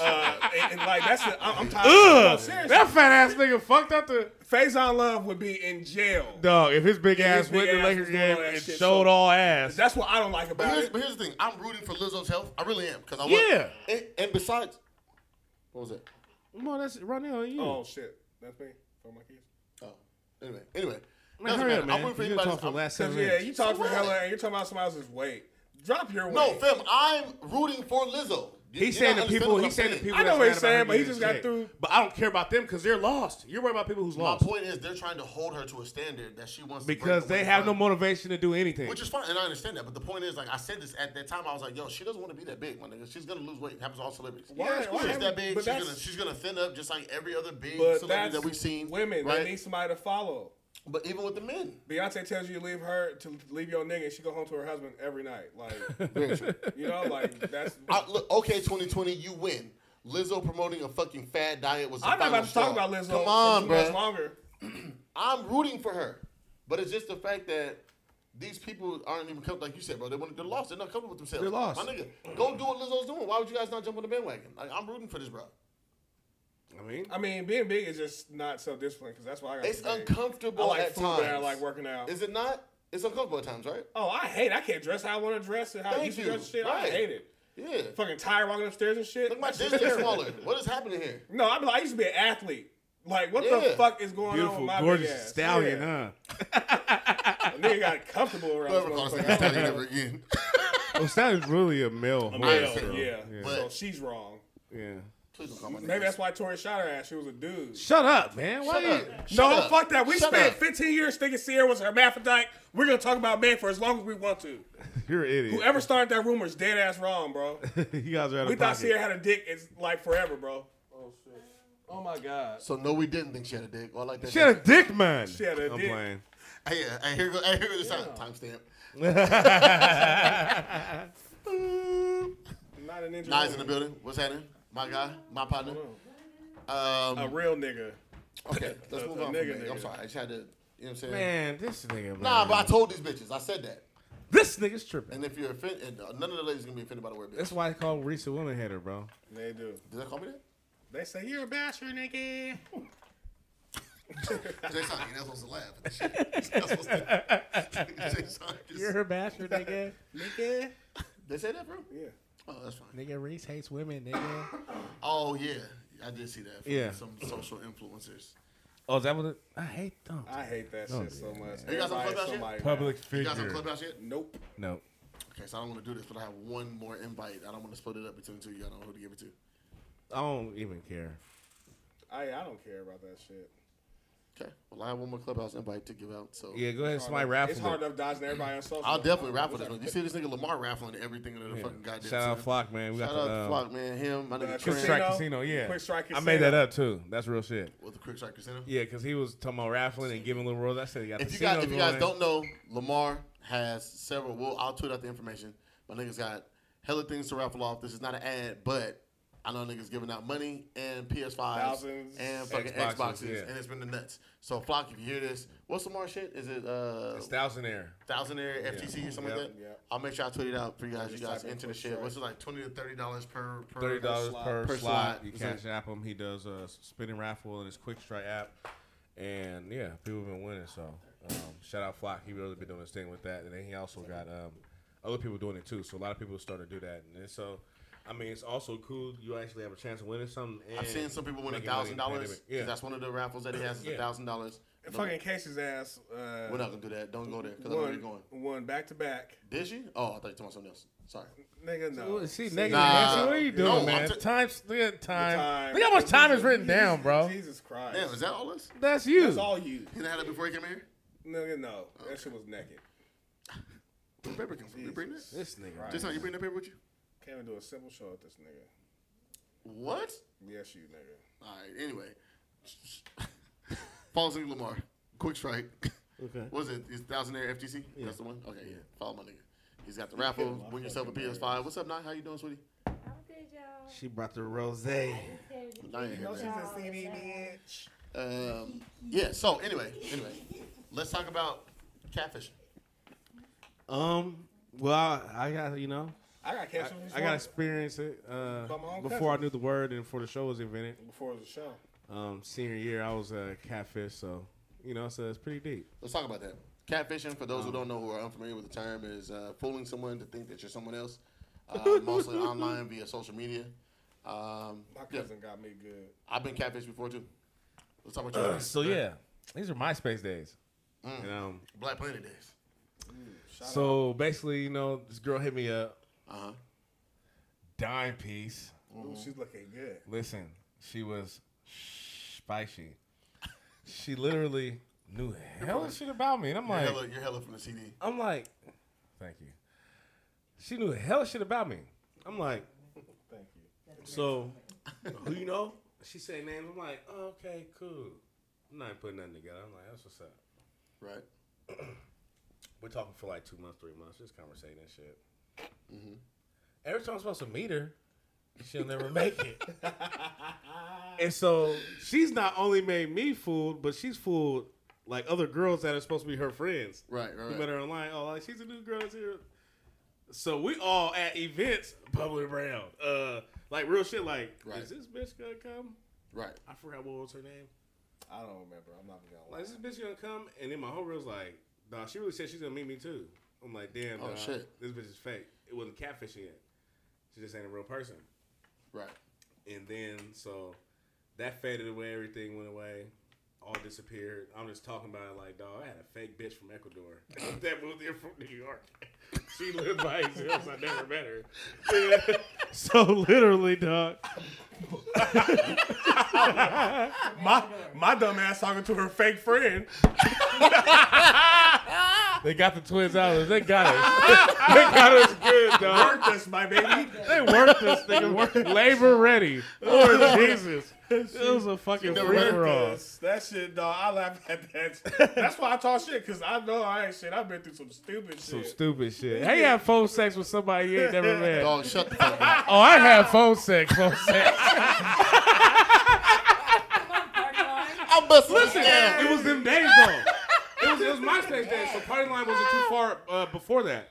uh, and, and, like that's the, I'm, I'm tired. Ugh, seriously,
That fat ass nigga fucked up the
Faison Love would be in jail.
Dog, if his big ass
his
went
big
to the
ass
Lakers
was doing
game
all that
and
shit,
showed
so-
all ass,
That's what I don't like
But
about
here's,
it.
but here's the thing. I'm rooting for Lizzo's health. I really am because I want.
Yeah.
And, and besides, what was it?
come on, that's right now on you.
Oh shit, that's me for my kids.
Oh, anyway, anyway.
man,
Doesn't
hurry up,
matter.
man.
I'm rooting for
You've been
anybody.
talking for the last
Cause
seven
yeah,
minutes.
you talk for
what?
hella and you're talking about somebody else's weight. Drop your weight.
No, fam. I'm rooting for Lizzo. You-
He's
you're
saying
not
to people,
understanding
he's saying to
what I'm
people.
I know
that's
what
mad about
he's saying,
him
but he
getting
just got
checked.
through-
But I don't care about them because they're lost. You're worried about people who's
My
lost
point is, they're trying to hold her to a standard that she wants to break
because
away
they have no
from.
motivation to do anything.
Which is fine, and I understand that. But the point is, like I said this at that time, I was like, "Yo, she doesn't want to be that big, my nigga. She's gonna lose weight. It happens to all celebrities.
Why-
she's
why-
that big.
but
She's
that's-
gonna, she's gonna thin up just like every other big
But
celebrity
that's
that we've seen.
Women,
right?
they need somebody to follow.
but even with the men,
Beyonce tells you to leave her to leave your nigga, and she go home to her husband every night. Like, you know, like that's.
I, look, okay, 2020, you win. Lizzo promoting a fucking fad diet was. the
I'm not
final
about to talk
straw.
about Lizzo
Come on,
for too much
bro.
longer.
I'm rooting for her, but it's just the fact that these people aren't even comfortable. Like you said, bro, they want, they're lost. They're not comfortable with themselves.
They're lost.
My nigga, go do what Lizzo's doing. Why would you guys not jump on the bandwagon? Like I'm rooting for this, bro.
I mean,
I mean, being big is just not self discipline because that's why I got.
It's
to be big.
uncomfortable
I like
at
food, but I
times.
like working out.
Is it not? It's uncomfortable at times, right?
oh, I hate. I can't dress how I want to dress and how I
Thank
used to
you.
dress and shit. I
Right.
hate it.
Yeah.
Fucking tired walking upstairs and shit.
Look, my
That shit's
dish is
terrible.
smaller. What is happening here?
No, I, be like, I used to be an athlete. Like, what the
Yeah.
fuck is going on
beautiful,
with my big
gorgeous
ass?
stallion,
Yeah.
huh?
A nigga got comfortable around.
Whoever
this
calls
motherfucker.
second stallion ever again.
Well, stallion's really a male horse.
male,
bro.
Yeah,
yeah.
so she's wrong.
yeah.
Please don't call my
Maybe
name.
that's why Tori shot her ass. She was a dude.
Shut up, man. Why
Shut
you?
up. Shut
No,
up.
fuck that. We
Shut
spent
up.
15 years thinking Sierra was a hermaphrodite. We're gonna talk about men for as long as we want to.
You're an idiot.
Whoever started that rumor is dead ass wrong, bro.
you guys are out of
We thought
pocket.
Sierra had a dick is like forever, bro. Oh shit. Oh my god.
So no, we didn't think she had a dick. Well, I like that.
she had a dick, man.
She had a
I'm
dick.
playing.
Hey, yeah. Hey, here go. Hey, here go the sound timestamp.
Not an injury.
Nice in the building. What's happening? My guy, my partner.
A
Um,
real nigga.
okay, let's
a
move on. From
nigga,
that. I'm
nigga.
sorry. I just had to. You know what I'm saying?
Man, this nigga. Man.
Nah, but I told these bitches. I said that.
this nigga's tripping.
And if you're offended, none of the ladies gonna be offended by the word bitch.
That's why they call Reese a woman hater, bro.
They do.
Did they call me that?
They say you're a basher, nigga.
Jay Sonic, that's supposed to laugh. at this shit. That's supposed to. Jay Sonic just-
her bastard, nigga. nigga.
They say that, bro?
Yeah.
Oh, that's fine.
Nigga, Reese hates women, nigga.
Oh yeah, I did see that. From
Yeah.
Some social influencers.
Oh, is that what it, I hate them.
I hate that
Oh,
shit so much.
You got some
Everybody's
clip out shit?
somebody-
Public
You
figure.
guys on Clubhouse yet?
Nope.
no.
Okay, so I don't want to do this, but I have one more invite. I don't want to split it up between two. of you I don't know who to give it to.
I don't even care.
I I don't care about that shit.
Okay. Well, I have one more Clubhouse invite to give out. So
Yeah, go ahead and somebody raffle
It's hard
it.
enough dodging everybody on social.
I'll definitely raffle this one. You see this nigga Lamar raffling everything under the
Yeah.
fucking goddamn.
Shout out
sun.
Flock, man. We
Shout
got the
out
um,
Flock, man. Him, my nigga
Quick
Quick
Trent
Strike Casino,
Casino.
yeah.
Quick Strike
I made that
Casino.
up too. That's real shit.
with the Quick Strike Casino.
Yeah, because he was talking about raffling and giving little rolls. I said he got
If
the
you guys,
casino
if you guys
going.
don't know, Lamar has several. Well, I'll tweet out the information. My niggas got hella things to raffle off. This is not an ad, but I know niggas giving out money and PS5s
Thousands.
and fucking
Xboxes,
Xboxes,
yeah.
and it's been the nuts. So Flock, if you hear this, what's Lamar shit? Is it uh
It's thousandaire.
thousandaire FTC or something like
Yep.
that?
Yep.
I'll make sure I tweet it out for you guys.
just
You guys
type in
enter the
Quick
shit.
Strike.
What's it like twenty to thirty dollars per per
Thirty dollars
slot.
per,
Per
slot.
slot.
You
It's
cash app him. He does a spinning raffle and his Quick Strike app, and yeah, people have been winning. So um, shout out Flock. He really been doing his thing with that, and then he also got um, other people doing it too. So a lot of people are starting to do that, and then so. I mean, it's also cool. You actually have a chance of winning something. And
I've seen some people win a
making money
thousand
in the
dollars.
pandemic. Yeah,
that's one of the raffles that he has. Is
Yeah.
a thousand dollars.
Fucking Casey's ass. Uh,
We're not gonna do that. Don't go there because I know where you're going.
One, one back to back.
Did she? Oh, I thought you were talking about something else. Sorry.
Nigga, no.
Ooh, see, negative
Nah.
Nancy, what are you doing,
No, I'm
man?
t-
time, look at time.
Time.
Look how much time is written down, bro.
Jesus Christ.
Damn, is that all this?
That's you.
That's all you.
He didn't have it before he came here?
Nigga, no. That shit was naked.
Where the paper came from? You bring that?
This nigga. Right.
Just how you bring that paper with you?
Can't even do a simple show with this nigga.
What?
Yes, you nigga.
All right, anyway. Follow Ziggy Lamar. Quick strike. Okay. What is it? Is Thousandaire FTC? That's the one? Okay, yeah. Follow my nigga. He's got the raffle. Win yourself a PS5. What's up, Nye? How you doing, sweetie?
I'm good, y'all.
She brought the rose.
Nye ain't here, man.
She's a CD bitch.
Um, yeah, so anyway, anyway. Let's talk about catfishing.
Um. Well, I, I got you know.
I got
I,
catch
I got to experience it uh,
By my own
before I
cousins.
knew the word and before the show was invented.
before the show.
Um, senior year, I was a catfish, so you know, so it's pretty deep.
Let's talk about that. Catfishing, for those who don't know who are unfamiliar with the term, is uh, fooling someone to think that you're someone else, uh, mostly online via social media. Um,
My
yeah,
cousin got me good.
I've been catfished before too. Let's talk about your
Uh, So yeah, these are MySpace days.
Mm.
And, um,
Black Planet days.
so basically, you know, this girl hit me up,
Uh huh.
dime piece.
Ooh, she's looking good.
Listen, she was spicy. She literally knew hella shit about me, and I'm
You're
like,
hella, you're hella from the CD.
I'm like, thank you. She knew hella shit about me. I'm like,
Thank you.
So, who you know? She say names. I'm like, oh, okay, cool. I'm not even putting nothing together. I'm like, that's what's up.
Right.
We're talking for like two months, three months, just conversating and shit. Every time I'm supposed to meet her, she'll never make it. and so
She's not only made me fooled, but she's fooled like other girls that are supposed to be her friends.
Right.
We
Right.
met
right.
her online. Oh, like she's a new girl it's here. So we all at events bubbling around. Uh, like real shit. Like,
Right.
is this bitch gonna come?
Right.
I forgot what was her name.
I don't remember. I'm not gonna lie.
Like, is this bitch gonna come? And then my whole real's like, nah, she really said she's gonna meet me too. I'm like, damn,
Oh,
dawg,
shit.
this bitch is fake. It wasn't catfishing yet. She just ain't a real person.
Right.
And then, so that faded away, everything went away, all disappeared. I'm just talking about it like, dog, I had a fake bitch from Ecuador that moved here from New York. she lived by herself, I never met her.
So literally, dog.
My my dumb ass talking to her fake friend.
They got the Twins
Oh,
Islands. They got us. they got us good, dog.
Work this, my baby.
They worked this nigga. Worked labor ready. Lord Jesus. It was a fucking free for all.
Yes, that shit, dog. I laugh at that. That's why I talk shit, cause I know I ain't shit. I've been through some stupid shit.
Some stupid shit.
Hey, you have phone sex with somebody you ain't never met.
Dog, shut the fuck up.
Oh, I had phone sex. Phone sex.
I'm busting. Listen,
It was them days though. It was, it was MySpace days, so party line wasn't too far uh, before that.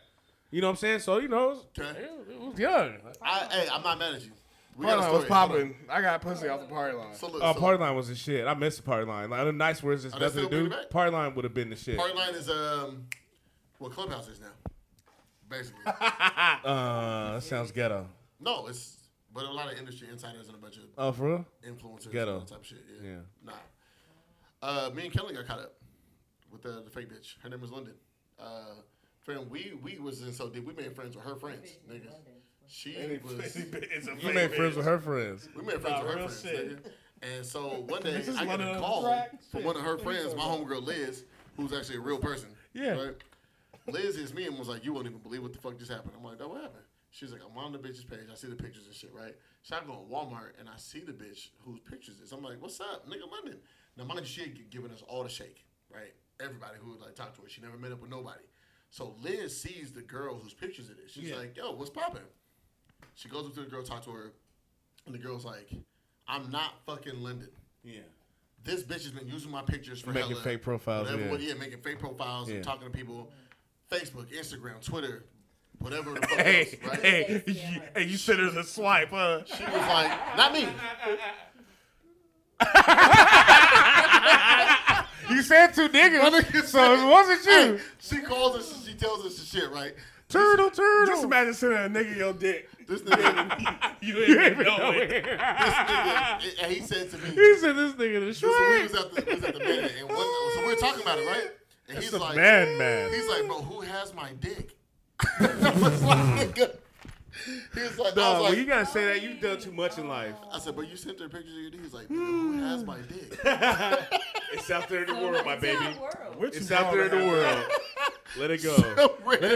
You know what I'm saying? So you know, it was,
Okay.
It was young.
I, hey, I'm not mad at you. We
Party
got a
line
story.
was popping. I got pussy off the party line.
So look,
uh,
so
party line was the shit. I missed the party line. Like the nights where it's just
Oh, they
nothing to
still bring
do.
it back?
Party line would have been the shit.
party line is um, what clubhouse is now, basically.
Uh, that sounds ghetto.
no, it's but a lot of industry insiders and a bunch of
Oh, for real?
influencers
Ghetto.
and that type of shit. Yeah.
Yeah.
Nah. Uh, me and Kelly got caught up with the, the fake bitch. Her name was London. Uh, friend, we we was in so deep. We made friends with her friends, niggas. She was.
It's a
You made friends with her friends.
We made friends with her friends, nigga. And so one day I get a call from one of her friends, my homegirl Liz, who's actually a real person.
Yeah.
Right? Liz is me and was like, "You won't even believe what the fuck just happened." I'm like, "That what happened?" She's like, "I'm on the bitch's page. I see the pictures and shit, right?" So I go to Walmart and I see the bitch whose pictures is. I'm like, "What's up, nigga, London?" Now mind you, she had gi- given us all the shake, right? Everybody who would like talk to her, she never met up with nobody. So Liz sees the girl whose pictures it is. She's like, "Yo, what's poppin'?" She goes up to the girl, talks to her, and the girl's like, I'm not fucking London.
Yeah.
This bitch has been using my pictures for
Making
hella-
fake profiles,
Whatever,
yeah.
what- yeah, making fake profiles
Yeah.
and talking to people. Facebook, Instagram, Twitter, whatever the fuck else, right?
Hey, you, hey, you said there's a swipe, huh?
She was like, not me.
You said two niggas, so it wasn't you.
She calls us, she tells us the shit, right?
Turtle, turtle.
Just imagine sending a nigga your dick.
This nigga,
You didn't even
even
know
know
it.
this nigga, and he said to me,
He said this nigga the
So we
shrimp.
was at the, we was at the man, and one, so we we're talking about it, right? And he's like,
man, man.
He's like, bro, who has my dick? I was like, nigga. He was like, I
Dog,
was like,
when you gotta say that, you've done too much in life.
I said, bro, you sent her pictures of your dick. He's like, nigga, who
Hmm.
has my dick?
It's out there in the world, my baby.
What
It's
you
out there in the
doing?
world. Let it go.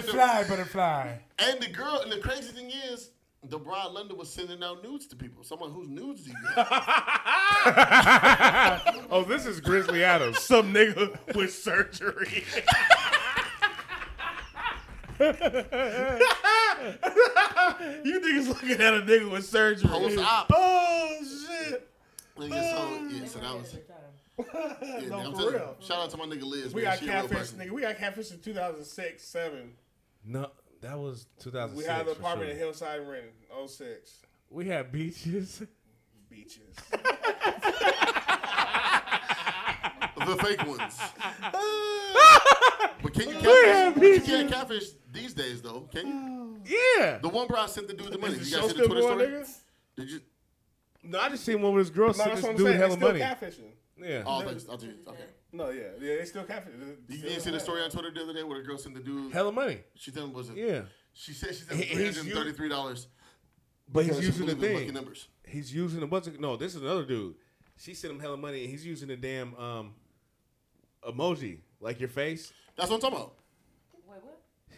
Fly, butterfly.
and the girl, and the crazy thing is, the broad London was sending out nudes to people. Someone whose nudes do you have?
Oh, this is Grizzly Adams.
Some nigga with surgery. you niggas looking at a nigga with surgery.
Post op.
Oh shit!
Nigga, so, yeah, so that was. Yeah,
Oh. No,
nigga, I'm
for
telling you,
real.
shout out to my nigga Liz.
We
man.
got
She a real
catfish,
person.
nigga. We got catfish in 2006, seven.
No, that was 2006.
We had an
for
apartment
sure.
in Hillside oh Rent, 06.
We had beaches.
Beaches.
the fake ones. but can you catfish? You can't catfish these days though, can
Oh.
you?
Yeah.
The one bro I sent the dude the money.
Is
Did you
the show
guys see the
still
Twitter
going,
story?
nigga?
Did you?
No, I just seen one where this girl
No,
sent
that's
this
what I'm
dude
saying. They
hella
still
money.
catfishing.
Yeah.
Oh, thanks. I'll do it. Okay.
No, yeah, yeah, they still catfishing.
You didn't see the story on Twitter the other day where the girl sent the dude.
Hella money.
She done was it?
Yeah.
She said she
He-
sent three
he's
hundred thirty-three dollars.
But he's using the
believe in lucky
thing.
numbers.
He's using the what's it- no, this is another dude. She sent him hella money and he's using the damn um emoji. Like your face.
That's what I'm talking about.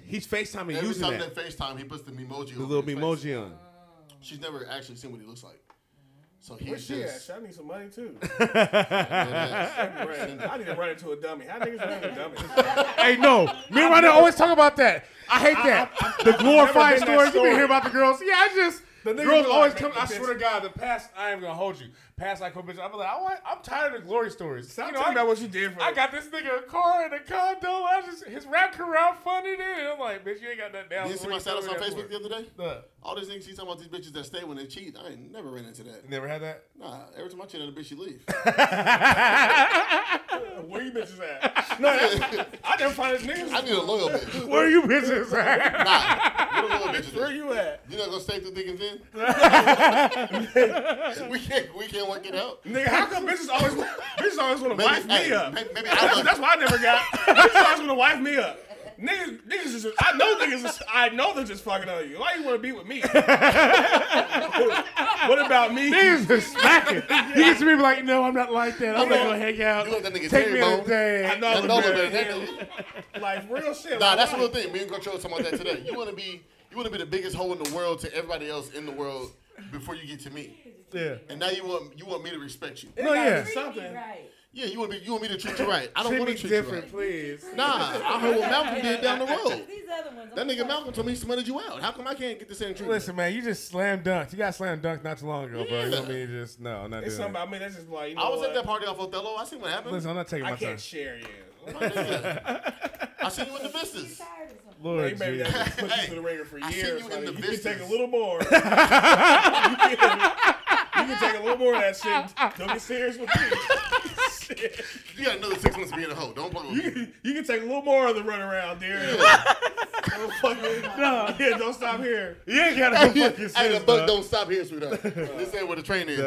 He's FaceTiming
Every
using
time
that.
that FaceTime, he puts the emoji.
The little emoji on.
She's never actually seen what he looks like. So he's
Where's she at?
just.
Shit, I need some money too.
Yeah,
Right. I need to run into a dummy. How niggas run into dummies?
Hey, no. Me and Ronda always talk about that. Uh. I hate that. the
never
glorified
been that
stories. You been
story.
hear about the girls. Yeah, I just. The niggas
Girls
be
always
like,
come.
"Man,
I
the
swear to
bitch-
God, the past. I am gonna hold you. Past like bitch. I'm like, I want, I'm tired of glory stories.
Stop
You know,
talking
I-
about what you did for
I
it.
got this nigga a car and a condo. I just his rap career funded in. I'm like, bitch, you ain't got nothing down.
You didn't see
What
my
you
status on
doing that
Facebook the
for?
other day?
Look,
All these niggas, she talking about these bitches that stay when they cheat. I ain't never ran into that.
you never had that.
Nah, every time I cheat on a bitch, she leave.
Where you bitches at? No, that's, I didn't find this niggas.
I need a loyal bitch.
Where you bitches at?
Nah, what a loyal bitch is
Where
that?
you at?
You not gonna stay through thick and thin? we can't, we can't work it out.
Nigga, how come bitches always bitches always want to
Maybe,
wife me
hey,
up?
may- maybe
That's,
I love
that's why I never got. Bitches always want to wife me up. Niggas, niggas is just, I know niggas is, I know they're just fucking on you. Why you want to be with me? what about me?
Niggas is smacking. You get to me like, no, I'm not like that. I'm not gonna hang out.
you let that nigga
Take me on a
Terry
day.
I know I
that
look
Nola
better.
better
than
than
him.
that.
Like real shit.
Nah,
like,
that's the
why-
little thing. Me and Control talking about that today. You wanna be, you wanna be the biggest hoe in the world to everybody else in the world before you get to me.
Yeah.
And now you want, you want me to respect you.
No, yeah.
something.
Right.
Yeah, you want me, you want me to treat you right. I don't
Treat
want
me
to treat
different,
you
please.
right. Nah, I heard what Malcolm did down the road.
These other ones.
That
I'm
nigga
sorry.
Malcolm told me he smutted you out. How come I can't get the same treatment?
Listen, man, you just slam dunked. You got slam dunked not too long ago, bro. You know what I
Yeah.
mean? Just no, I'm not
It's
doing
something.
that.
I mean, that's just like you know
I was
what?
at that party off Othello. I seen what happened.
Listen, I'm not taking
I
my
can't
time.
share you.
My nigga. I seen you in the business.
Tired of something.
They
Lord
made
Jesus.
that put you
Hey,
to the ringer for
I seen
years.
you in
honey.
the
You can
business.
take a little more. you, can, you can take a little more of that shit. Don't get serious with me. Shit.
You got another six months of being a hoe. Don't play with me.
you, you can take a little more of the runaround, dear. Don't fuck with- yeah, don't stop here.
You ain't gotta go fuck
Hey, the
yourself.
buck don't stop here, sweetheart. this ain't where the train is.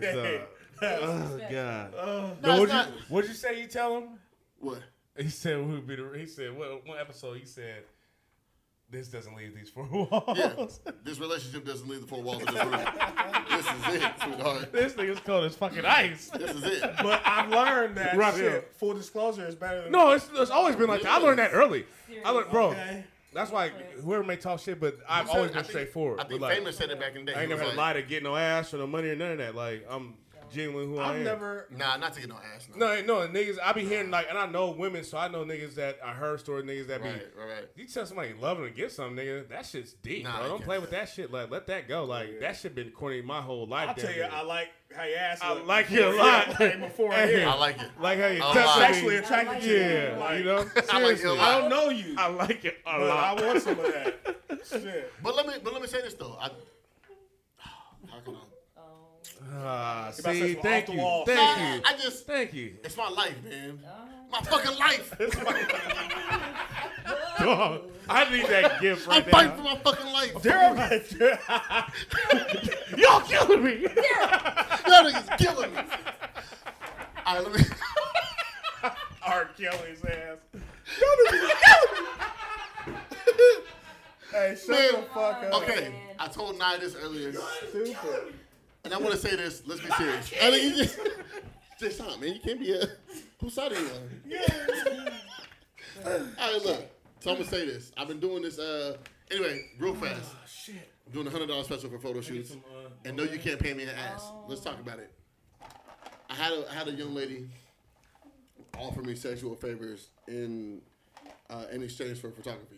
Hey,
uh,
Oh god.
no, it's not.
What'd you say you tell him?
What?
He said who'd be the he said what one episode he said this doesn't leave these four walls.
Yeah. This relationship doesn't leave the four walls of this room. this is it, sweetheart.
This nigga's cold as fucking ice.
This is it.
but I've learned that
Right,
shit,
yeah.
full disclosure is better than
No, it's, it's always been like that. I learned that early. I learned bro.
Okay.
That's why whoever may talk shit, but I've
I
always
think-
been straightforward.
I think
like-
Famous said it back in the day.
I ain't
He
never
was
had a
like,
lie to get no ass or no money or none of that. Like I'm genuinely who I
I've
am.
never.
Nah, not to get no ass. No.
No, no, niggas. I be hearing like, and I know women, so I know niggas that I heard story niggas that be.
Right, right, right.
You tell somebody you love them and get something, nigga. That shit's deep,
Nah,
bro.
I
Don't
can't
play
do
with that shit. Like, let that go. Like, that shit been corny my whole life.
I'll tell
damn
you,
near.
I like how your ass.
I
look.
like you a lot.
Like before I
Hey.
hit.
I like it.
like how you
I
touch
like
actually
me.
attracted to you.
Yeah,
Like,
you know.
I like it a
Seriously.
lot.
I don't know you,
I like it a
but I
lot.
want some of that. Shit.
But let me, but let me say this though. I, how can I?
Ah,
If I said
see,
off
thank
the
you,
wall.
I,
thank you,
I just,
thank you.
it's my life, man. My fucking life.
Dog, I need that gift
I'm
right
fighting
now.
for my fucking life.
Y'all killing me.
Y'all niggas killing me. All right, let me.
R. Kelly's ass. Hey, shut
Man,
the fuck up.
Okay, I told Nye this earlier,
Stupid.
and I want to say this. Let's be serious. And you just, just stop, man. You can't be a whose side are you on? All right, look. So I'm gonna say this. I've been doing this. Uh, anyway, real
Ah,
fast. shit. I'm doing a hundred dollar special for photo shoots,
uh,
and no, you can't pay me an ass.
Oh.
Let's talk about it. I had a I had a young lady offer me sexual favors in uh, in exchange for photography.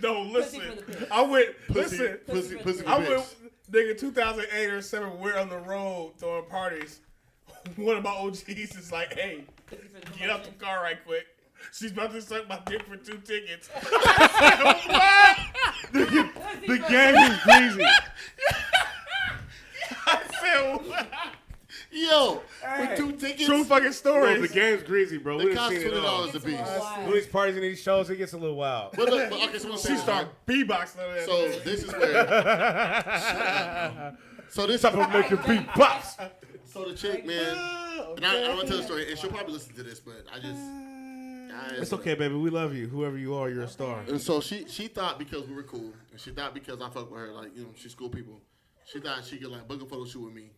No,
Pussy
listen.
for the pig.
I went.
Pussy,
Listen.
pussy,
for
pussy,
the
I
for
went,
bitch.
nigga, 2008 or 7, we're on the road throwing parties. One of my OGs is like, hey,
Pussy for the
get out
promotion.
the car right quick. She's about to suck my dick for two tickets.
Pussy
The
for
game is crazy.
Yo, with two tickets.
True fucking
Bro,
stories.
the game's greasy, bro.
It
We done
costs
seen
twenty
it all.
dollars
the
a piece.
When these parties and these shows, it gets a little wild.
But look, but okay, so
she start beatboxing over there.
So this is where. Shut up, bro. so this up
I'm making beat bops.
So the chick, man, and I, I'm gonna tell the story, and she'll probably listen to this, but I just. I-
It's okay, baby. We love you. Whoever you are, you're a star.
And so she she thought because we were cool, and she thought because I fuck with her, like you know, she's cool people. She thought she could like book a photo shoot with me,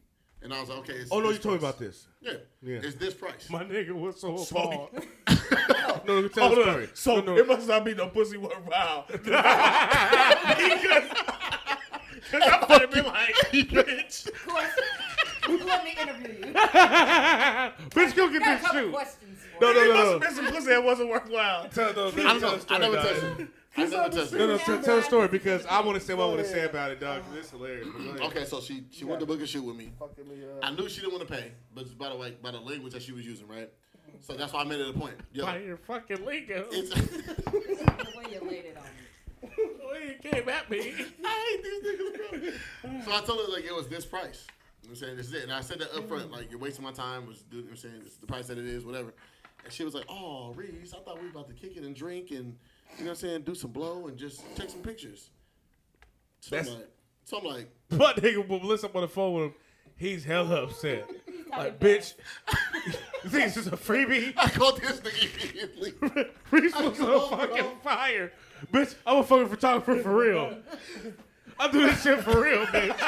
and I was like, okay. It's
Oh no,
this
you told me
price.
about this.
Yeah,
Yeah.
it's this price.
My nigga was so appalled.
No, no, tell the story.
So
no,
it
no.
must not be no pussy one round. Because I would have been like, bitch.
Of course. Let me interview you.
Bitch, go get
Got a
this
couple
shoe.
questions for
No,
you.
no,
It
no,
must
no.
have been some pussy that wasn't worthwhile.
Tell the,
I don't know. I never touched
it.
it. I never touched
No, no,
it.
tell, tell the story because I want to say what I want to say about it, dog. 'cause It's hilarious. But go ahead.
Okay, so she she went to book a shoot with me. I knew she didn't want to pay, but just by the way, by the language that she was using, right? So that's why I made it a point. Yo,
By your fucking lingo.
it's,
The way you laid it on me.
Well, oh, you came at me.
so I told her like it was this price. You know what I'm saying this is it, and I said that up
Mm.
front, like you're wasting my time. Was you know what I'm saying it's the price that it is, whatever. And she was like, "Oh, Reese, I thought we were about to kick it and drink, and you know what I'm saying, do some blow and just take some pictures." So I'm
That's-
like, so I'm like,
But nigga, but listen up on the phone with him. He's hella upset.
He's talking
Like,
back.
bitch, you think this is a freebie?
I called this nigga immediately.
Reese was
know,
on fucking
bro.
fire. Bitch, I'm a fucking photographer for real. I do this shit for real, bitch.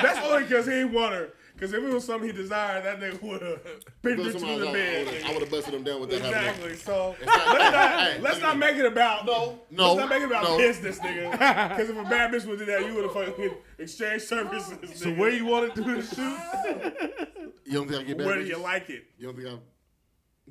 That's only because he ain't want her. Because if it was something he desired, that nigga would have been
Because
rich
somebody
to
was
the
like,
bed.
I would have busted him down with that. happening.
Exactly. So
It's not-
let's not
hey, hey,
let's
look
not
at
make it about
No, no,
Let's not make it about
no.
business, nigga. Because if a bad bitch would do that, you would have fucking exchanged services. So
Where you want to do this shoot?
You don't think I get bad?
where do
bitches?
you like it?
You don't think I'm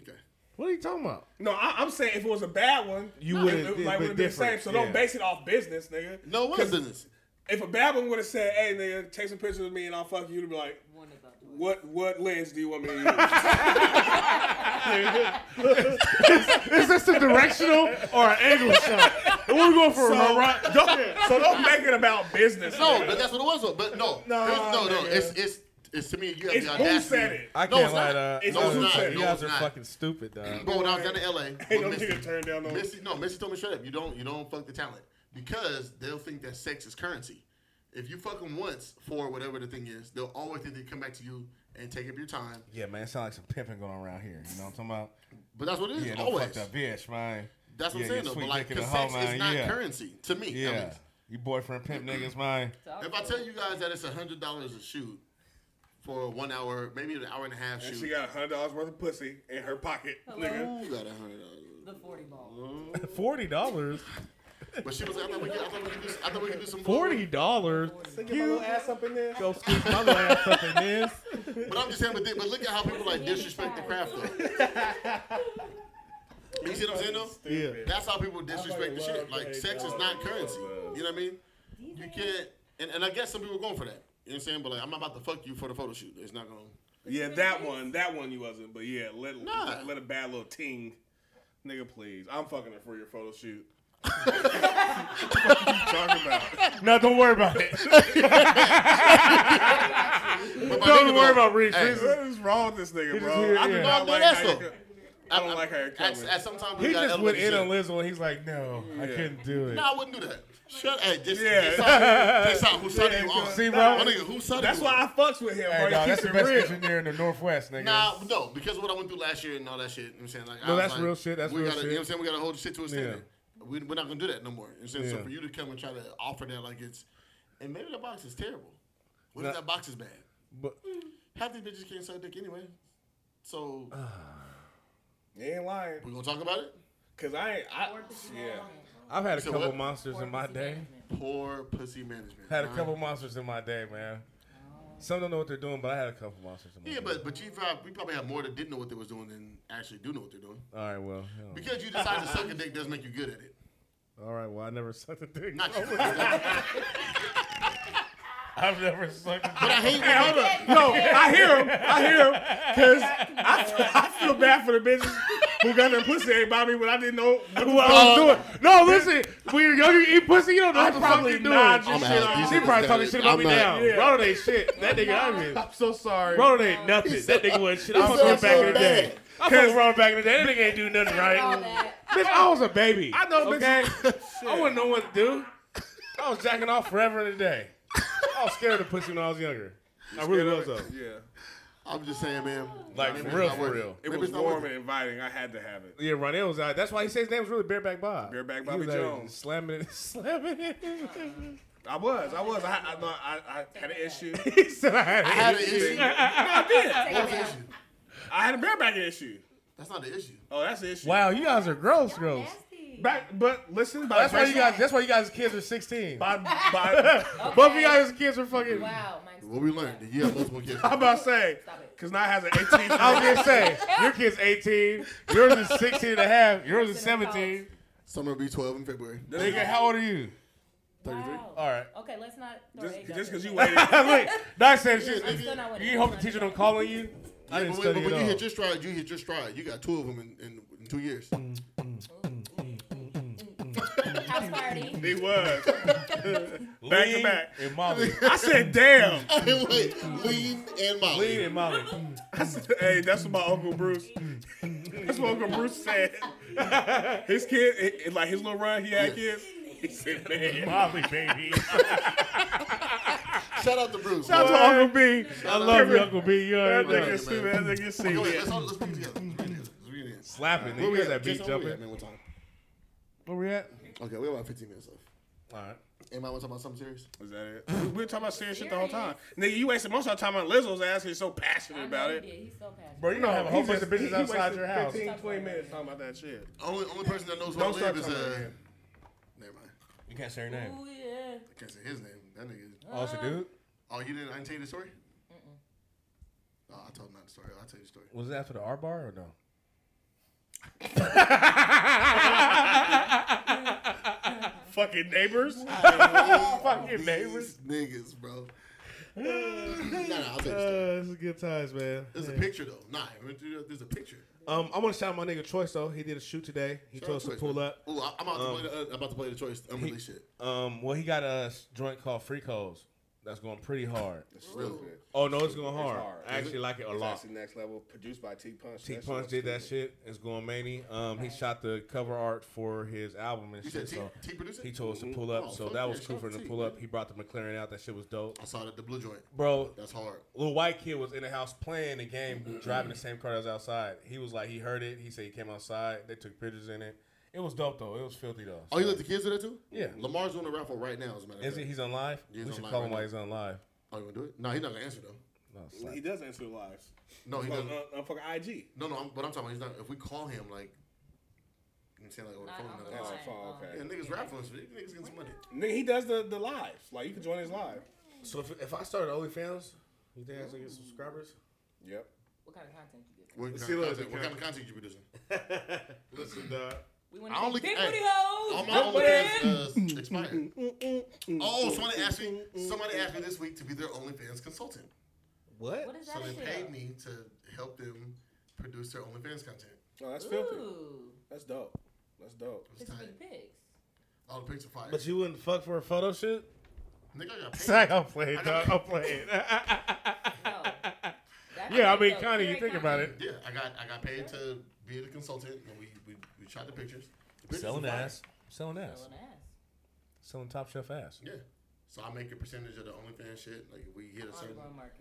okay?
What are you talking about?
No, I, I'm saying if it was a bad one,
You
it-
would've-
it,
it'd
like
been
would have been the same.
different,
So
yeah.
don't base it off business, nigga.
No, what
'Cause
is business?
If a bad one would have said, "Hey, nigga, take some pictures of me and I'll fuck you," to be like,
One of the-
"What what lens do you want me to use?"
Is this a directional or an angle shot? We're going for a right.
don't, so don't make it about business.
No,
nigga.
but that's what it was. though. But no,
No,
Here's- no, no.
nigga.
It's it's it's to me. You have
It's
the
who
audacity.
said it.
I can't lie.
uh,
Not.
It's
no, it's
who
not.
said it.
No, it's not.
stupid, dog.
Bro, when I was down in LA,
Ain't
with
no
Missy-
nigga turned down no.
Missy, no, Missy told me straight up, you don't, you don't fuck the talent because they'll think that sex is currency. If you fuck them once for whatever the thing is, they'll always think they come back to you and take up your time.
Yeah, man, it sound like some pimping going on around here. You know what I'm talking about?
But that's what it is.
Yeah, no
always.
fucked up bitch, man.
That's what
Yeah,
I'm saying
you
though.
sweet
But like,
dick in
cause
the
sex
hoe,
is
man,
not
yeah.
currency to me. Yeah.
Yeah, you boyfriend pimp niggas, man.
if I tell you guys that it's hundred dollars a shoot for a one hour, maybe an hour and a half
And
shoot,
she got hundred dollars worth of pussy in her pocket, nigga.
you got a hundred dollars.
the 40 ball.
Forty dollars.
But she was like, I thought we could, I thought we could, do, I thought we could do some
Forty dollars.
ass up in there.
Go scoop my little ass up in this.
But I'm just saying, but, then- but look at how people like disrespect the craft though. you see what I'm saying though?
Yeah.
That's how people disrespect the shit. Like sex is not currency. You know what I mean? You can't. And, and I guess some people are going for that. You know what I'm saying? But like, I'm not about to fuck you for the photo shoot. It's not gonna.
Yeah, that one, that one you wasn't, but yeah, let
Nah.
let a bad little ting, nigga, please. I'm fucking her for your photo shoot. what you talking about?
No, don't worry about it.
But my
Don't worry
nigga, though,
about Reese.
hey,
Reese
What is wrong with this nigga, bro?
here-
I do
yeah.
not
No,
like
that's
how you
the-
co- I don't like how you're
At,
coming.
at some time we
He
got
just went in
elevated
on
shit.
Lizzo and he's like, no, I
Yeah.
couldn't do it.
No, I wouldn't do that. Shut. Hey, just
Yeah.
just out- just out. Who said
Yeah,
you on?
See, bro?
My nigga, who said
That's
you on?
why I fucks with him,
Hey,
bro.
dog,
He
that's the
keeps
best
it real.
engineer in the Northwest, nigga.
Nah, no, because of what I went through last year and all that shit. You know what I'm saying? Like, I
No,
was
that's
like,
real shit, that's
we
real
gotta, You know
shit.
what I'm saying? We got to hold the shit to a standard. We, we're not going to do that no more. You know what I'm saying? So
Yeah.
for you to come and try to offer that, like it's. And maybe that box is terrible. What if that box is bad?
But
Half these bitches can't suck dick anyway. So
Uh.
You ain't lying,
we're going to talk about it?
cause I ain't. I, yeah,
I've had a
said
couple
what?
monsters in my day.
Poor pussy management.
Had a
huh?
couple monsters in my day, man. Some don't know what they're doing, but I had a couple monsters in my
Yeah,
day.
but, but you probably, we probably have more that didn't know what they was doing than actually do know what they're doing.
All right, well. you know.
Because you decide to suck a dick doesn't make you good at it.
All right, well, I never sucked a dick.
Not you. but
I've never sucked a
I hate when
Hold up. No, I hear him. I hear him. Cause I, feel- I feel bad for the bitches who got their pussy ate by me when I didn't know what the fuck
I was doing. No, listen. When you're younger, you eat pussy, you don't know
I
what the fuck
probably
you're
nod
doing.
your
shit out.
She probably talking shit about
I'm
me
not-
now.
Yeah.
Ronald ain't shit. That nigga, I mean.
I'm so sorry.
Ronald ain't nothing. That nigga was shit. I
sounds
fucked him back
so
in the day.
bad.
I fucked with Ronald back in the day. That nigga ain't do nothing
All
right.
that.
Bitch, I was a baby.
I know,
Okay?
bitch.
I wouldn't know what to do. I was jacking off forever in a day. I was scared of pussy when I was younger. I really was, though.
Yeah,
I'm just saying, man.
Like,
Maybe
for
it's
real,
not
for
worth
real.
it
Maybe
was
it's not worth
warm
it.
and inviting. I had to have it.
Yeah, Ronell was out. That's why he said his name was really Bareback Bob.
Bareback
He
Bobby
was out
Jones.
Slamming it. Slamming it.
I was. I was. I I, thought I, I had an issue.
he said I had it.
I had an issue.
I did.
That was an issue.
I had a bareback issue.
That's not the issue.
Oh, that's the issue.
Wow, you guys are gross, girls.
Nasty.
Back, but listen, by
That's why you
grace-
guys. That's why you guys' kids are sixteen.
By, by,
Okay.
Both of you guys' kids are fucking.
Wow, mine's
What we learned, that you have multiple kids.
I'm about to say,
Stop it.
because now I has an 18.
I was gonna say your kid's eighteen, yours is 16 and a half, yours is
Sitting in
seventeen.
Summer will be 12 in February.
Nigga, how old are you?
Wow.
All right.
Okay, let's not throw
Just
eggs out
because
there.
you waited.
Look, Doc said shit.
I'm still not with
You
it.
hope the teacher don't call on you. I didn't
Yeah, but when,
study
but when
at
you
all.
hit your stride, you hit your stride. You got two of them in, in, in two years.
House party.
He was. back to
Lean
back.
and Molly.
I said, damn.
Wait, lean and Molly.
Lean and Molly.
I said, hey, that's what my Uncle Bruce. That's what Uncle Bruce said. His kid, it- it- like his little run, he had kids. He said, man.
Molly, baby.
Shout out to Bruce.
Shout out to Uncle B.
I love you, Uncle B. You
That
already know.
nigga stupid. That nigga
Go ahead,
stupid.
let's, all, let's bring it together. Let's bring it together. Let's bring it in.
Slapping.
Where
You
we
hear
at?
that beat
Jason, where we at,
jumping?
man, what time?
Where we at?
Okay, we have about 15 minutes left.
All right.
Am I want to talk about something serious?
Is that it? We we were talking about serious shit the whole time. Nigga, you wasted most of the time on Lizzo's ass. He's so passionate about it.
He's so passionate.
Bro, you know I have a whole bunch of bitches outside your house.
15, 20 minutes talking about that shit.
Only only person that knows where I
Don't start
live is
talking about
uh.
him.
Never mind.
You can't say your name.
Ooh, yeah.
I can't say his name. That nigga.
Oh, it's a dude?
Oh, you didn't? I didn't tell you the story. Oh, I told him not the story. I'll tell you the story.
Was it after the R bar or no?
Fucking neighbors.
Fucking neighbors.
These niggas, bro. nah, nah, I'll tell you the story.
Uh, this is good times, man.
There's a picture though. Nah, there's a picture.
Um, I want to shout out my nigga Choice though. He did a shoot today. He
Shout
told
out
us to
Choice,
pull
man.
up.
Ooh, I- I'm about, to, play the, uh, I'm about to play the choice. I'm really shit.
Um, well, he got a s- joint called Free Codes that's going pretty hard.
It's real.
Oh no, it's going hard.
hard.
I actually like it a
It's
lot.
actually next level. Produced by T Punch.
T
That
Punch
shit
did that
was
shit. It's going many. Um, he shot the cover art for his album and
You
shit.
said T,
So
T producer?
he told us to pull up.
Oh,
so
fuck
that
yeah,
was cool
shout
for
out
him to
to
pull
T,
up. He brought the McLaren out. That shit was dope,
I saw it at the blue joint.
bro.
That's hard.
Little white kid was in the house playing the game, driving the same car that was outside. He was like, he heard it. He said he came outside. They took pictures in it. It was dope though. It was filthy though.
Oh, you let the kids do that too?
Yeah.
Lamar's doing a raffle right now, as a matter of
Is
fact.
he? He's on live.
He's
we
on
should
live
call
right
him
now.
while he's on live. Oh,
Oh, you gonna do it? No, he's not gonna answer though.
No, it's
dope. He
like,
does answer lives.
No, he
Oh,
On,
doesn't.
on, on Uh, fucking IG.
No, no, I'm, but I'm talking about he's not. If we call him, like, you can say like over the
Not
phone.
on
no,
the
that's
line.
fine.
phone, okay.
Yeah, niggas raffling, so niggas getting some money.
Nigga, he does the, the lives. Like you can join his live.
so if, if I started OnlyFans, you think I should get subscribers?
Yep.
What kind of content you get?
What,
see
kind
what
of,
other
content, what kind of
content-
content you producing?
Listen, dog.
We
I
want to
only-
big
hey,
booty hoes.
All my
Big booty.
OnlyFans uh, expired. Oh, somebody asked me. Somebody asked me this week to be their OnlyFans consultant.
What is
So
that?
they
entail?
paid me to help them produce their OnlyFans content.
Oh, that's filthy.
Ooh,
That's dope. That's dope.
It was
this
tight.
is big pigs.
All the pics are fire.
But you wouldn't fuck for a photo shoot?
Nigga, I got paid.
Zach, I'm playing,
I
dog.
got-
I'm playing.
No. That's
yeah, I
big
mean,
though.
kind of. You
Very
think about
kinda.
it.
Yeah, I got I got paid to be the consultant, and we we, we shot the pictures. The pictures
Selling
are fire.
ass. Selling ass.
Selling ass.
Selling top shelf ass.
Yeah. So I make a percentage of the OnlyFans shit. Like if we hit a certain
Underground market.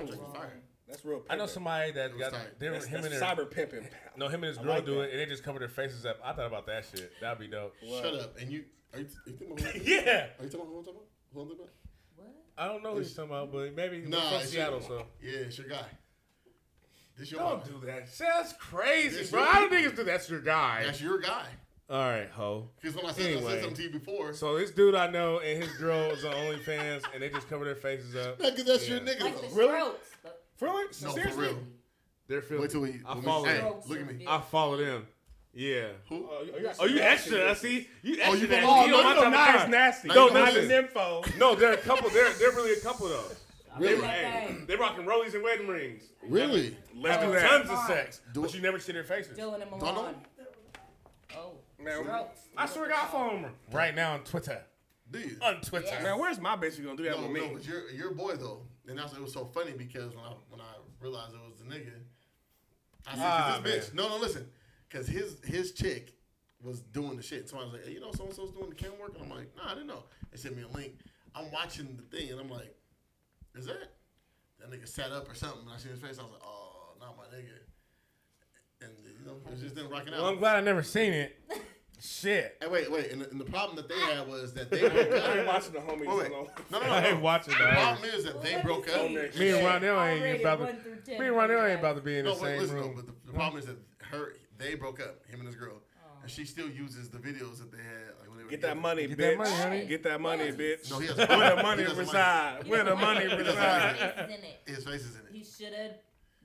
contract, it's fire.
That's real. Pimping.
I know somebody that
was
got
tight.
they were
That's,
him
that's
and their,
cyber pimping.
no him and his
I
girl
like
do
that.
it and they just covered their faces up. I thought about that shit. That'd be dope.
Shut up. And you are you, are you talking about who?
Yeah,
Are you talking about who I'm talking about? Who I'm talking about?
What?
I don't know who he's talking about, but maybe he's
Nah,
from
it's
Seattle.
your-
So
Yeah, it's your guy. This your
don't
guy.
do that. shit. That's crazy,
That's
bro.
your-
I don't think it's that's your guy.
That's your guy.
All right, ho.
Because when I said I
Anyway.
said something to you before,
So this dude I know and his girl was on OnlyFans and they just cover their faces up.
because that's your
Yeah.
nigga.
Like
though.
the
Really?
Strokes. but-
For real?
no, for
Seriously?
real.
They're filthy.
Wait till we.
I
when we-
follow.
hey,
them.
Strokes
look at
are
me.
big.
I follow them. Yeah.
Who?
Oh, you extra? I see. You extra.
Oh,
nasty.
you follow-
You don't
Oh,
want
no,
that
no,
kind
it's
of-
nasty.
No,
No,
no,
it's
no. No, they're a couple. They're they're really a couple though.
Really?
They, hey, they rocking rollies and wedding rings.
Really?
Um, Let's do
Having
that.
tons of sex,
Do
but
it.
you never see their faces.
Dylan and Milan.
Donald?
Oh.
Man,
Strokes.
I swear, to God, I follow them right now on Twitter.
Do you?
On Twitter.
Yeah.
Man, where's my bitch gonna do that
No,
with
no,
me?
but your your boy though, and that's it was so funny because when I when I realized it was the nigga, I said,
Ah,
'Cause this bitch. No, no, listen, because his his chick was doing the shit. And somebody was like, hey, you know, so and so's doing the cam work, and I'm like, nah, I didn't know. They sent me a link. I'm watching the thing, and I'm like, is that that nigga sat up or something? And I see his face. I was like, oh, not my nigga. And you know, it was just them rocking out.
Well, I'm glad I never seen it. Shit.
Hey, wait, wait, and the, and the problem that they had was that they broke up.
I ain't watching the homies.
Wait, wait.
alone.
No, no, no,
I
no.
ain't watching
The
that.
problem is that they
Let
broke up.
see.
next
Me and
Shit,
Ronnell ain't
already
about
one
to.
through ten.
Me and Ronnell ain't about to be in
No,
the
but
same
listen, though,
room.
but the, the problem is that her, they broke up, him and his girl,
Oh.
and she still uses the videos that they had. Like, when they were
Get that
together.
money,
Get
bitch.
that money, honey.
Get that money,
Yes.
bitch.
No, he has
Where the
he
money
doesn't like
reside? Where the money
He doesn't
reside?
like it. He's in it.
it. His face is in
He
it.
should have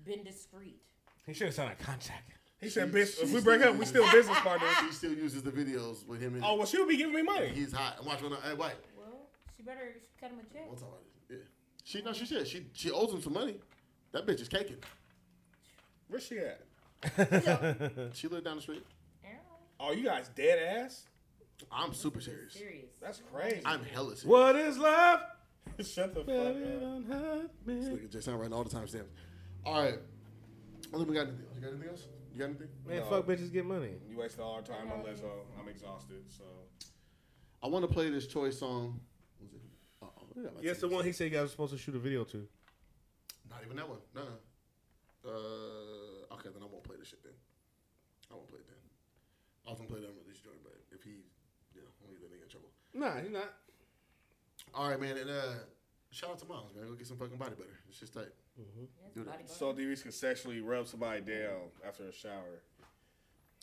been discreet.
He should have signed a contract.
He said, "Bitch, if we break up, we still business partners."
He still uses the videos with him. In
Oh well, she'll be giving me
it.
money.
He's hot. Watch when I hey, wait.
Well, she better cut him a check.
We'll talk about this. Yeah. She no, she should. She she owes him some money. That bitch is caking.
Where's she at?
She lived down the street.
Ow.
Oh, you guys dead ass?
I'm super serious.
Serious.
That's crazy.
I'm hella serious.
What is love?
Shut the fuck up.
This nigga Jason writing all the time stamps. All right. I think we got anything else. You got anything else? You got anything?
Man, fuck bitches get money.
You wasted all our time unless uh, I'm exhausted. So
I want to play this choice song. Was it? Uh-oh. I got my
Yes, the
tickets.
one he said you guys were supposed to shoot a video to.
Not even that one. No. no. Uh, okay, then I won't play this shit then. I won't play it then. I was gonna play the unreleased joint, but if he, you know, we'll get that nigga in trouble.
Nah, he's not.
All right, man, and uh, shout out to Miles, man. Go get some fucking body better. It's just tight.
That's body
so Darius can sexually rub somebody down after a shower.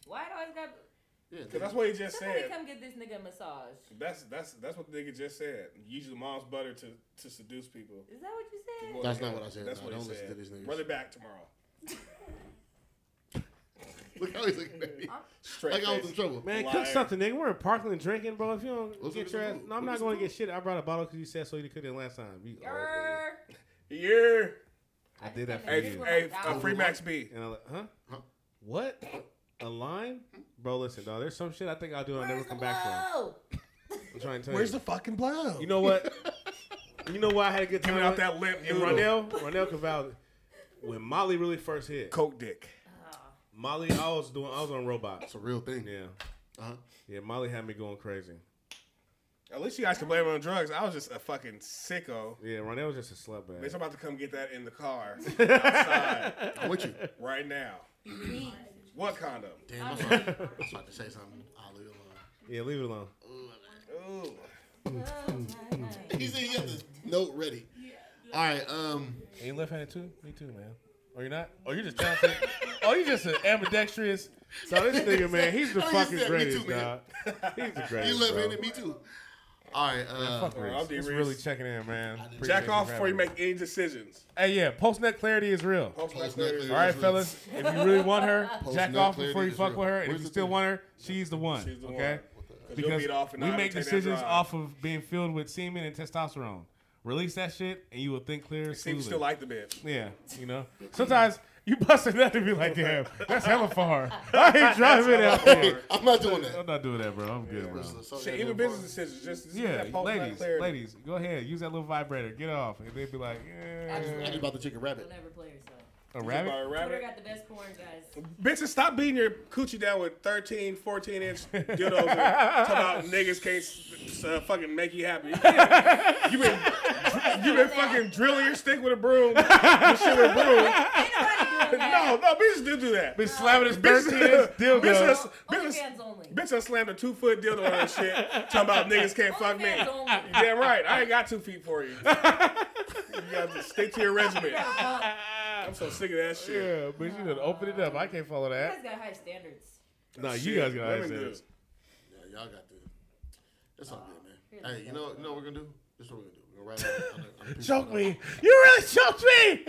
Why it always got?
Yeah,
Cause that's what he just
Somebody
said.
come get this nigga a massage.
That's that's that's what the nigga just said. Use your mom's butter to to seduce people.
Is that what you said?
That's not what I said.
That's
No,
what
don't
he
listen
said.
to these niggas.
Run it back tomorrow.
look how he's looking at me.
Straight
Like I was
face.
in trouble.
Man,
Liar.
cook something, nigga. We're in Parkland drinking, bro. If you don't
Let's
get
get
your
some
ass,
food.
no,
Let's
I'm not
get
going
some
to get shit. I brought a bottle because you said so. You couldn't last time. You- oh,
Grr.
Yeah.
I did that for
Hey,
you.
Hey, uh,
Oh,
free
what?
Max B.
And I'm like, huh?
Huh?
What? A line? Bro, listen, dog. There's some shit I think I'll do and I'll never
Where's
come
the
back from.
blow?
I'm trying to tell
Where's
you.
the fucking blow?
you know what? you know why I had a good time?
Giving out
with?
that limp
And
noodle.
Ronell, Ronell Cavalli, when Molly really first hit,
Coke dick.
Molly, I was doing, I was on robots.
It's a real thing.
Yeah,
Uh-huh.
yeah. Molly had me going crazy.
At least you guys can blame it on drugs. I was just a fucking sicko.
Yeah, Ronell was just a slut
Bitch, I'm
bag.
about to come get that in the car outside
I'm with you.
right now. What condom?
Damn, I'm sorry. I was about to say something. I'll leave it alone.
Yeah, leave it alone.
Ooh.
Oh, my.
He said he got the note ready. All right. Um.
Are you left-handed too? Me too, man. Or you not? Or you just talented? oh, you just an ambidextrous?
So this nigga, man, he's the
Oh, he
fucking
said me
greatest,
too, man.
dog. He's the
He
greatest.
left
bro.
handed me too. All right. Uh,
Fuck
I'll
Reese.
be
It's
Reese.
really checking in, man. Appreciate
Jack
you
off
for
before you
having me.
make any decisions.
Hey, yeah. Post nut clarity is real.
Post
Post
Max
Max
B.
All right, fellas. If you really want her,
Post
jack
nut
off
clarity
before you
is
fuck
real.
with her. And if
Where's
you
the
still
thing?
want her, she's the one.
She's the
okay.
one. You'll
Because
beat off and
we
not
make
take that
decisions
drive.
off of being filled with semen and testosterone. Release that shit, and you will think clear.
Seems you
smoothly.
still like the bitch.
Yeah, you know. Sometimes you bust it up and be like, damn, that's hella far. I ain't driving out there.
I'm not doing that.
I'm not doing that, bro. I'm good, bro.
Shit, even business decisions. Just, just
Yeah,
that post
ladies,
clarity.
ladies, go ahead. Use that little vibrator. Get off. And they'd be like,
I just, I
yeah.
just bought the chicken rabbit.
Don't ever play yourself.
A
By
rabbit?
a
Twitter
rabbit.
got the best porn, guys.
Bitches, stop beating your coochie down with 13, 14 inch dildos. and Talk about niggas can't s- uh, fucking make you happy. You been, you been, you been fucking drilling your stick with a broom. Your shit with a broom. No, no, bitches do do that.
Been slamming his
Bitches,
13 inch dildo.
bitches, bitches,
OnlyFans only.
bitch, I slammed a two foot dildo on her shit. Talking about niggas can't fuck me.
OnlyFans only.
You damn right. I ain't got two feet for you. You got to stick to your regimen.
Uh,
I'm so sick of that shit.
Yeah, but you done open it up. I can't follow
you
that.
guys got high standards.
Nah, you guys got
Women do.
to
Yeah, y'all got the. It's all good, man. Hey, you know, you know what we're gonna do? This is what we're gonna do. We're gonna write it. out. I'm gonna- I'm
Choke
gonna-
me. You really choked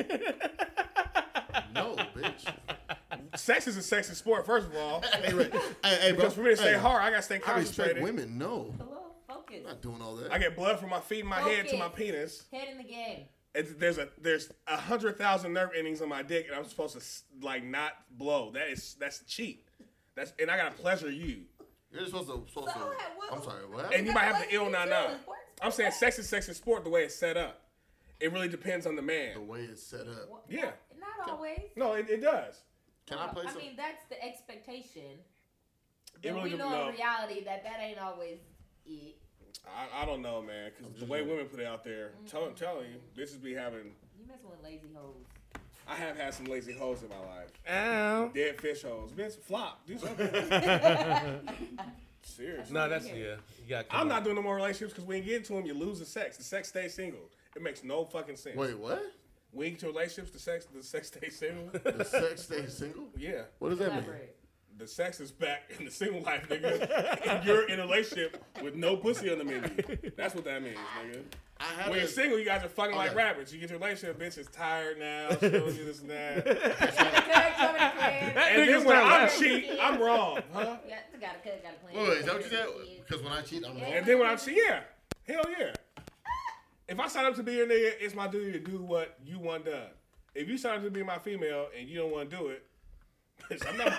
me.
No, bitch.
Sex is a sexy sport, first of all.
hey, right. hey, hey, bro.
Because for me to stay
Hey,
hard, I gotta stay
I respect
concentrated.
women. No,
Hello, focus.
I'm not doing all that.
I get blood from my feet, and my head to my
Okay.
penis.
Head in the game.
It's, there's a there's a hundred thousand nerve endings on my dick, and I'm supposed to s- like not blow. That is that's cheat. That's and I gotta pleasure you.
You're just supposed to. Supposed
So,
to
hey, what-
I'm sorry. What?
And you might have
What
the ill
you
nine
do?
nine.
Sports?
I'm saying sex is sex and sport the way it's set up. It really depends on the
the
man.
way it's set up.
Yeah.
Not always.
No, it, it does.
Can I play
I
some?
mean, that's the expectation.
It
But
really
we
depends.
know
No,
in reality that that ain't always it.
I, I don't know, man, because the way women put it out there,
Mm-hmm.
tell, I'm telling you, this is be having.
You mess with lazy hoes.
I have had some lazy hoes in my life.
Ow.
Dead fish hoes. Bitch, flop. Do something. Seriously.
No, that's yeah. You got.
I'm not doing no more relationships because when you get into them, you lose the sex. The sex stays single. It makes no fucking sense.
Wait, what?
When you get into relationships, the sex the sex stays single.
The sex stays single?
yeah.
What does that mean?
Elaborate.
The sex is back in the single life, nigga. and you're in a relationship with no pussy on the menu. That's what that Oh, means, nigga.
I had
When
a,
you're single, you guys are fucking like
Okay.
rabbits. You get your relationship, bitch is tired now, she don't do this and that.
Character, character, Yeah,
And then when I
left.
cheat, I'm wrong, huh?
yeah, gotta cut, gotta plan.
Wait, wait, is that what you said? Because when I cheat, I'm wrong.
And then when I cheat, yeah, hell yeah. If I sign up to be your nigga, it's my duty to do what you want done. If you sign up to be my female and you don't want to do it, bitch, I'm not.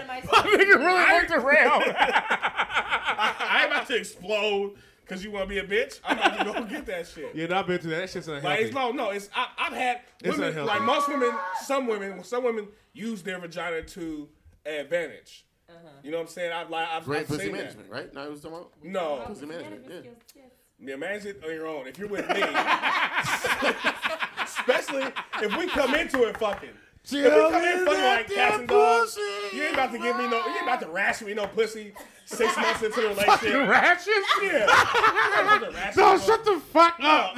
am I supposed
Nigga really worked around.
I ain't about to explode because you want to be a bitch. I'm about to go get that shit.
Yeah, no, I've been through that. That shit's unhealthy.
Like it's no, no. It's I, I've had
It's
women,
unhealthy.
like most women, some women, some women use their vagina to advantage. You know what I'm saying? I've like I've,
Great
I've
pussy
seen
management, right? Now it was talking about
that. No,
pussy management. Yeah.
yeah, manage it on your own. If you're with me, especially if we come into it fucking. If we come in fucking like cats and dogs, you ain't about to give me no, you ain't about to ration me no pussy six months into the relationship.
Ratchet?
Yeah, I'm about to ration
Oh,
no-
shut the fuck up.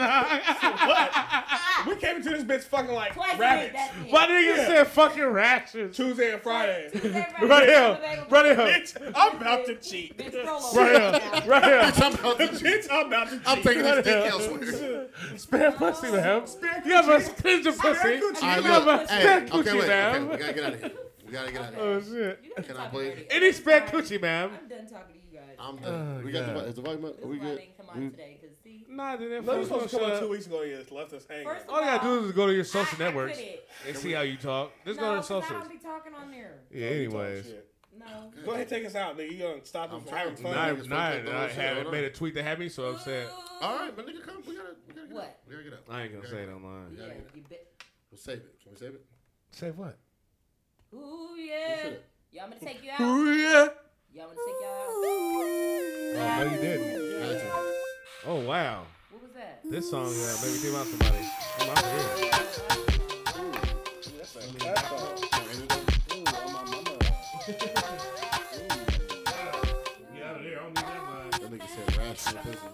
we came into this bitch fucking like
Twice
rabbits.
My nigga
Yeah.
said fucking ratchet.
Tuesday and Friday.
Right here. Right here.
Bitch, I'm about to cheat.
Bitch, roll over.
Right here. Right here.
Bitch, I'm about to cheat.
Bitch, I'm about to
I'm
cheat.
taking this dick elsewhere.
Spare pussy, man. You have a cleanse your pussy.
coochie.
All
You
right,
have a
look. Hey,
spare
okay, wait.
coochie,
Okay, we
man.
gotta get out of here. We gotta get out of
Oh,
here.
shit.
You guys
Can
are
I
talking
please?
dirty.
Any spare
Sorry.
coochie, man.
I'm done talking to you guys.
I'm done. we got the, is the volume up? Are
This
we
is why I
good?
didn't come on today, because see,
Nah, then that
Let me
first
supposed to
one
come on
shut
two
up.
weeks ago and just left us hanging.
first of
All you gotta do is go to your social
I- I
networks
couldn't.
and see how you talk. Just go
No,
to the
'cause I
socials.
don't be talking on there.
Yeah, anyways.
No.
Go ahead, take us out, nigga. You gonna stop us
I'm
from having
trying.
fun?
Nah,
I,
Niggas
I,
fucked up the
I
whole shit,
haven't
hold
made
on.
a tweet that had me so upset.
All right, but nigga, come. We gotta, we gotta get
What?
out. We gotta get out.
I ain't gonna say it online.
Yeah, you bet.
We'll save it. Can we save it?
Say what?
Ooh, yeah.
Listen.
Y'all want to take you out? Ooh, yeah. Y'all want to take y'all out?
No, you didn't.
I had to.
Oh wow,
What was that?
this song uh, made me think about somebody. I'm out of here.
That nigga said rash in the prison.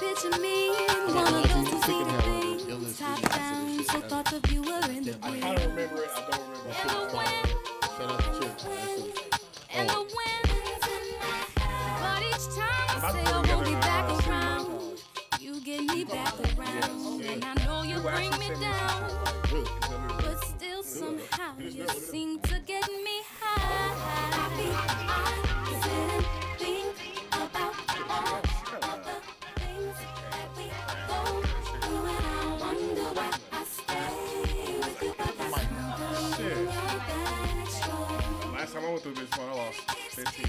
Picture me in one of those deceiving things. Top down, so thoughts of you were in the
I
wind.
don't remember it. I don't remember.
And the
Shout
wind,
out to Chip. That's it.
and the wind is in my hair. But each time I say I won't be back around, you get me back around. And I know you bring me down, but still somehow you seem to get me high. I sit and think about all of the things that we go through, and I wonder why I stay with you, but there's no going your back.
Last time I went through this one, I lost 15.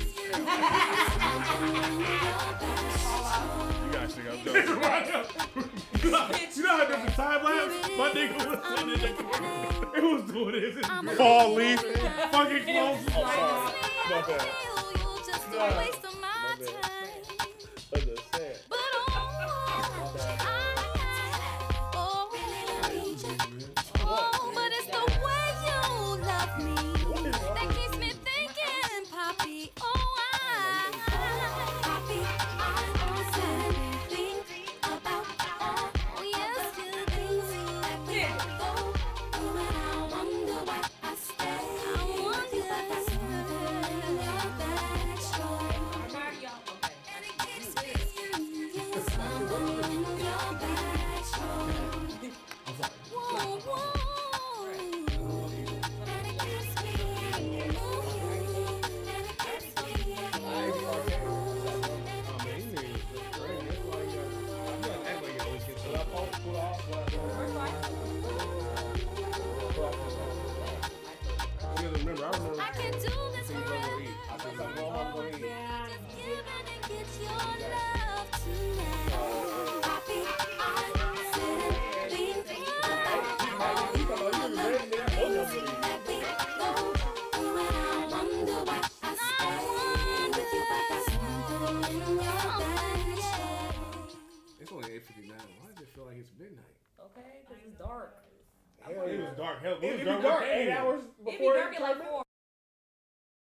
you guys think I'm joking?
Bitch, you know how different time.
My nigga was sitting there.
It was doing this.
Fall leaf.
Fucking close.
Oh, Oh, oh, Thank you.
Sorry, y'all. Okay.
And it keeps me in your someone in your bedroom. Whoa, whoa. And it keeps me in you. And it keeps me in
First of all, I-
you. I can do this forever. Just give in and get your love tonight. Happy I said it. Think about all
It's only 8:59. Why does it feel like it's midnight?
Okay, 'cause it's dark.
It was dark. Hell, it was
dark eight
hours
It be dark at like 4.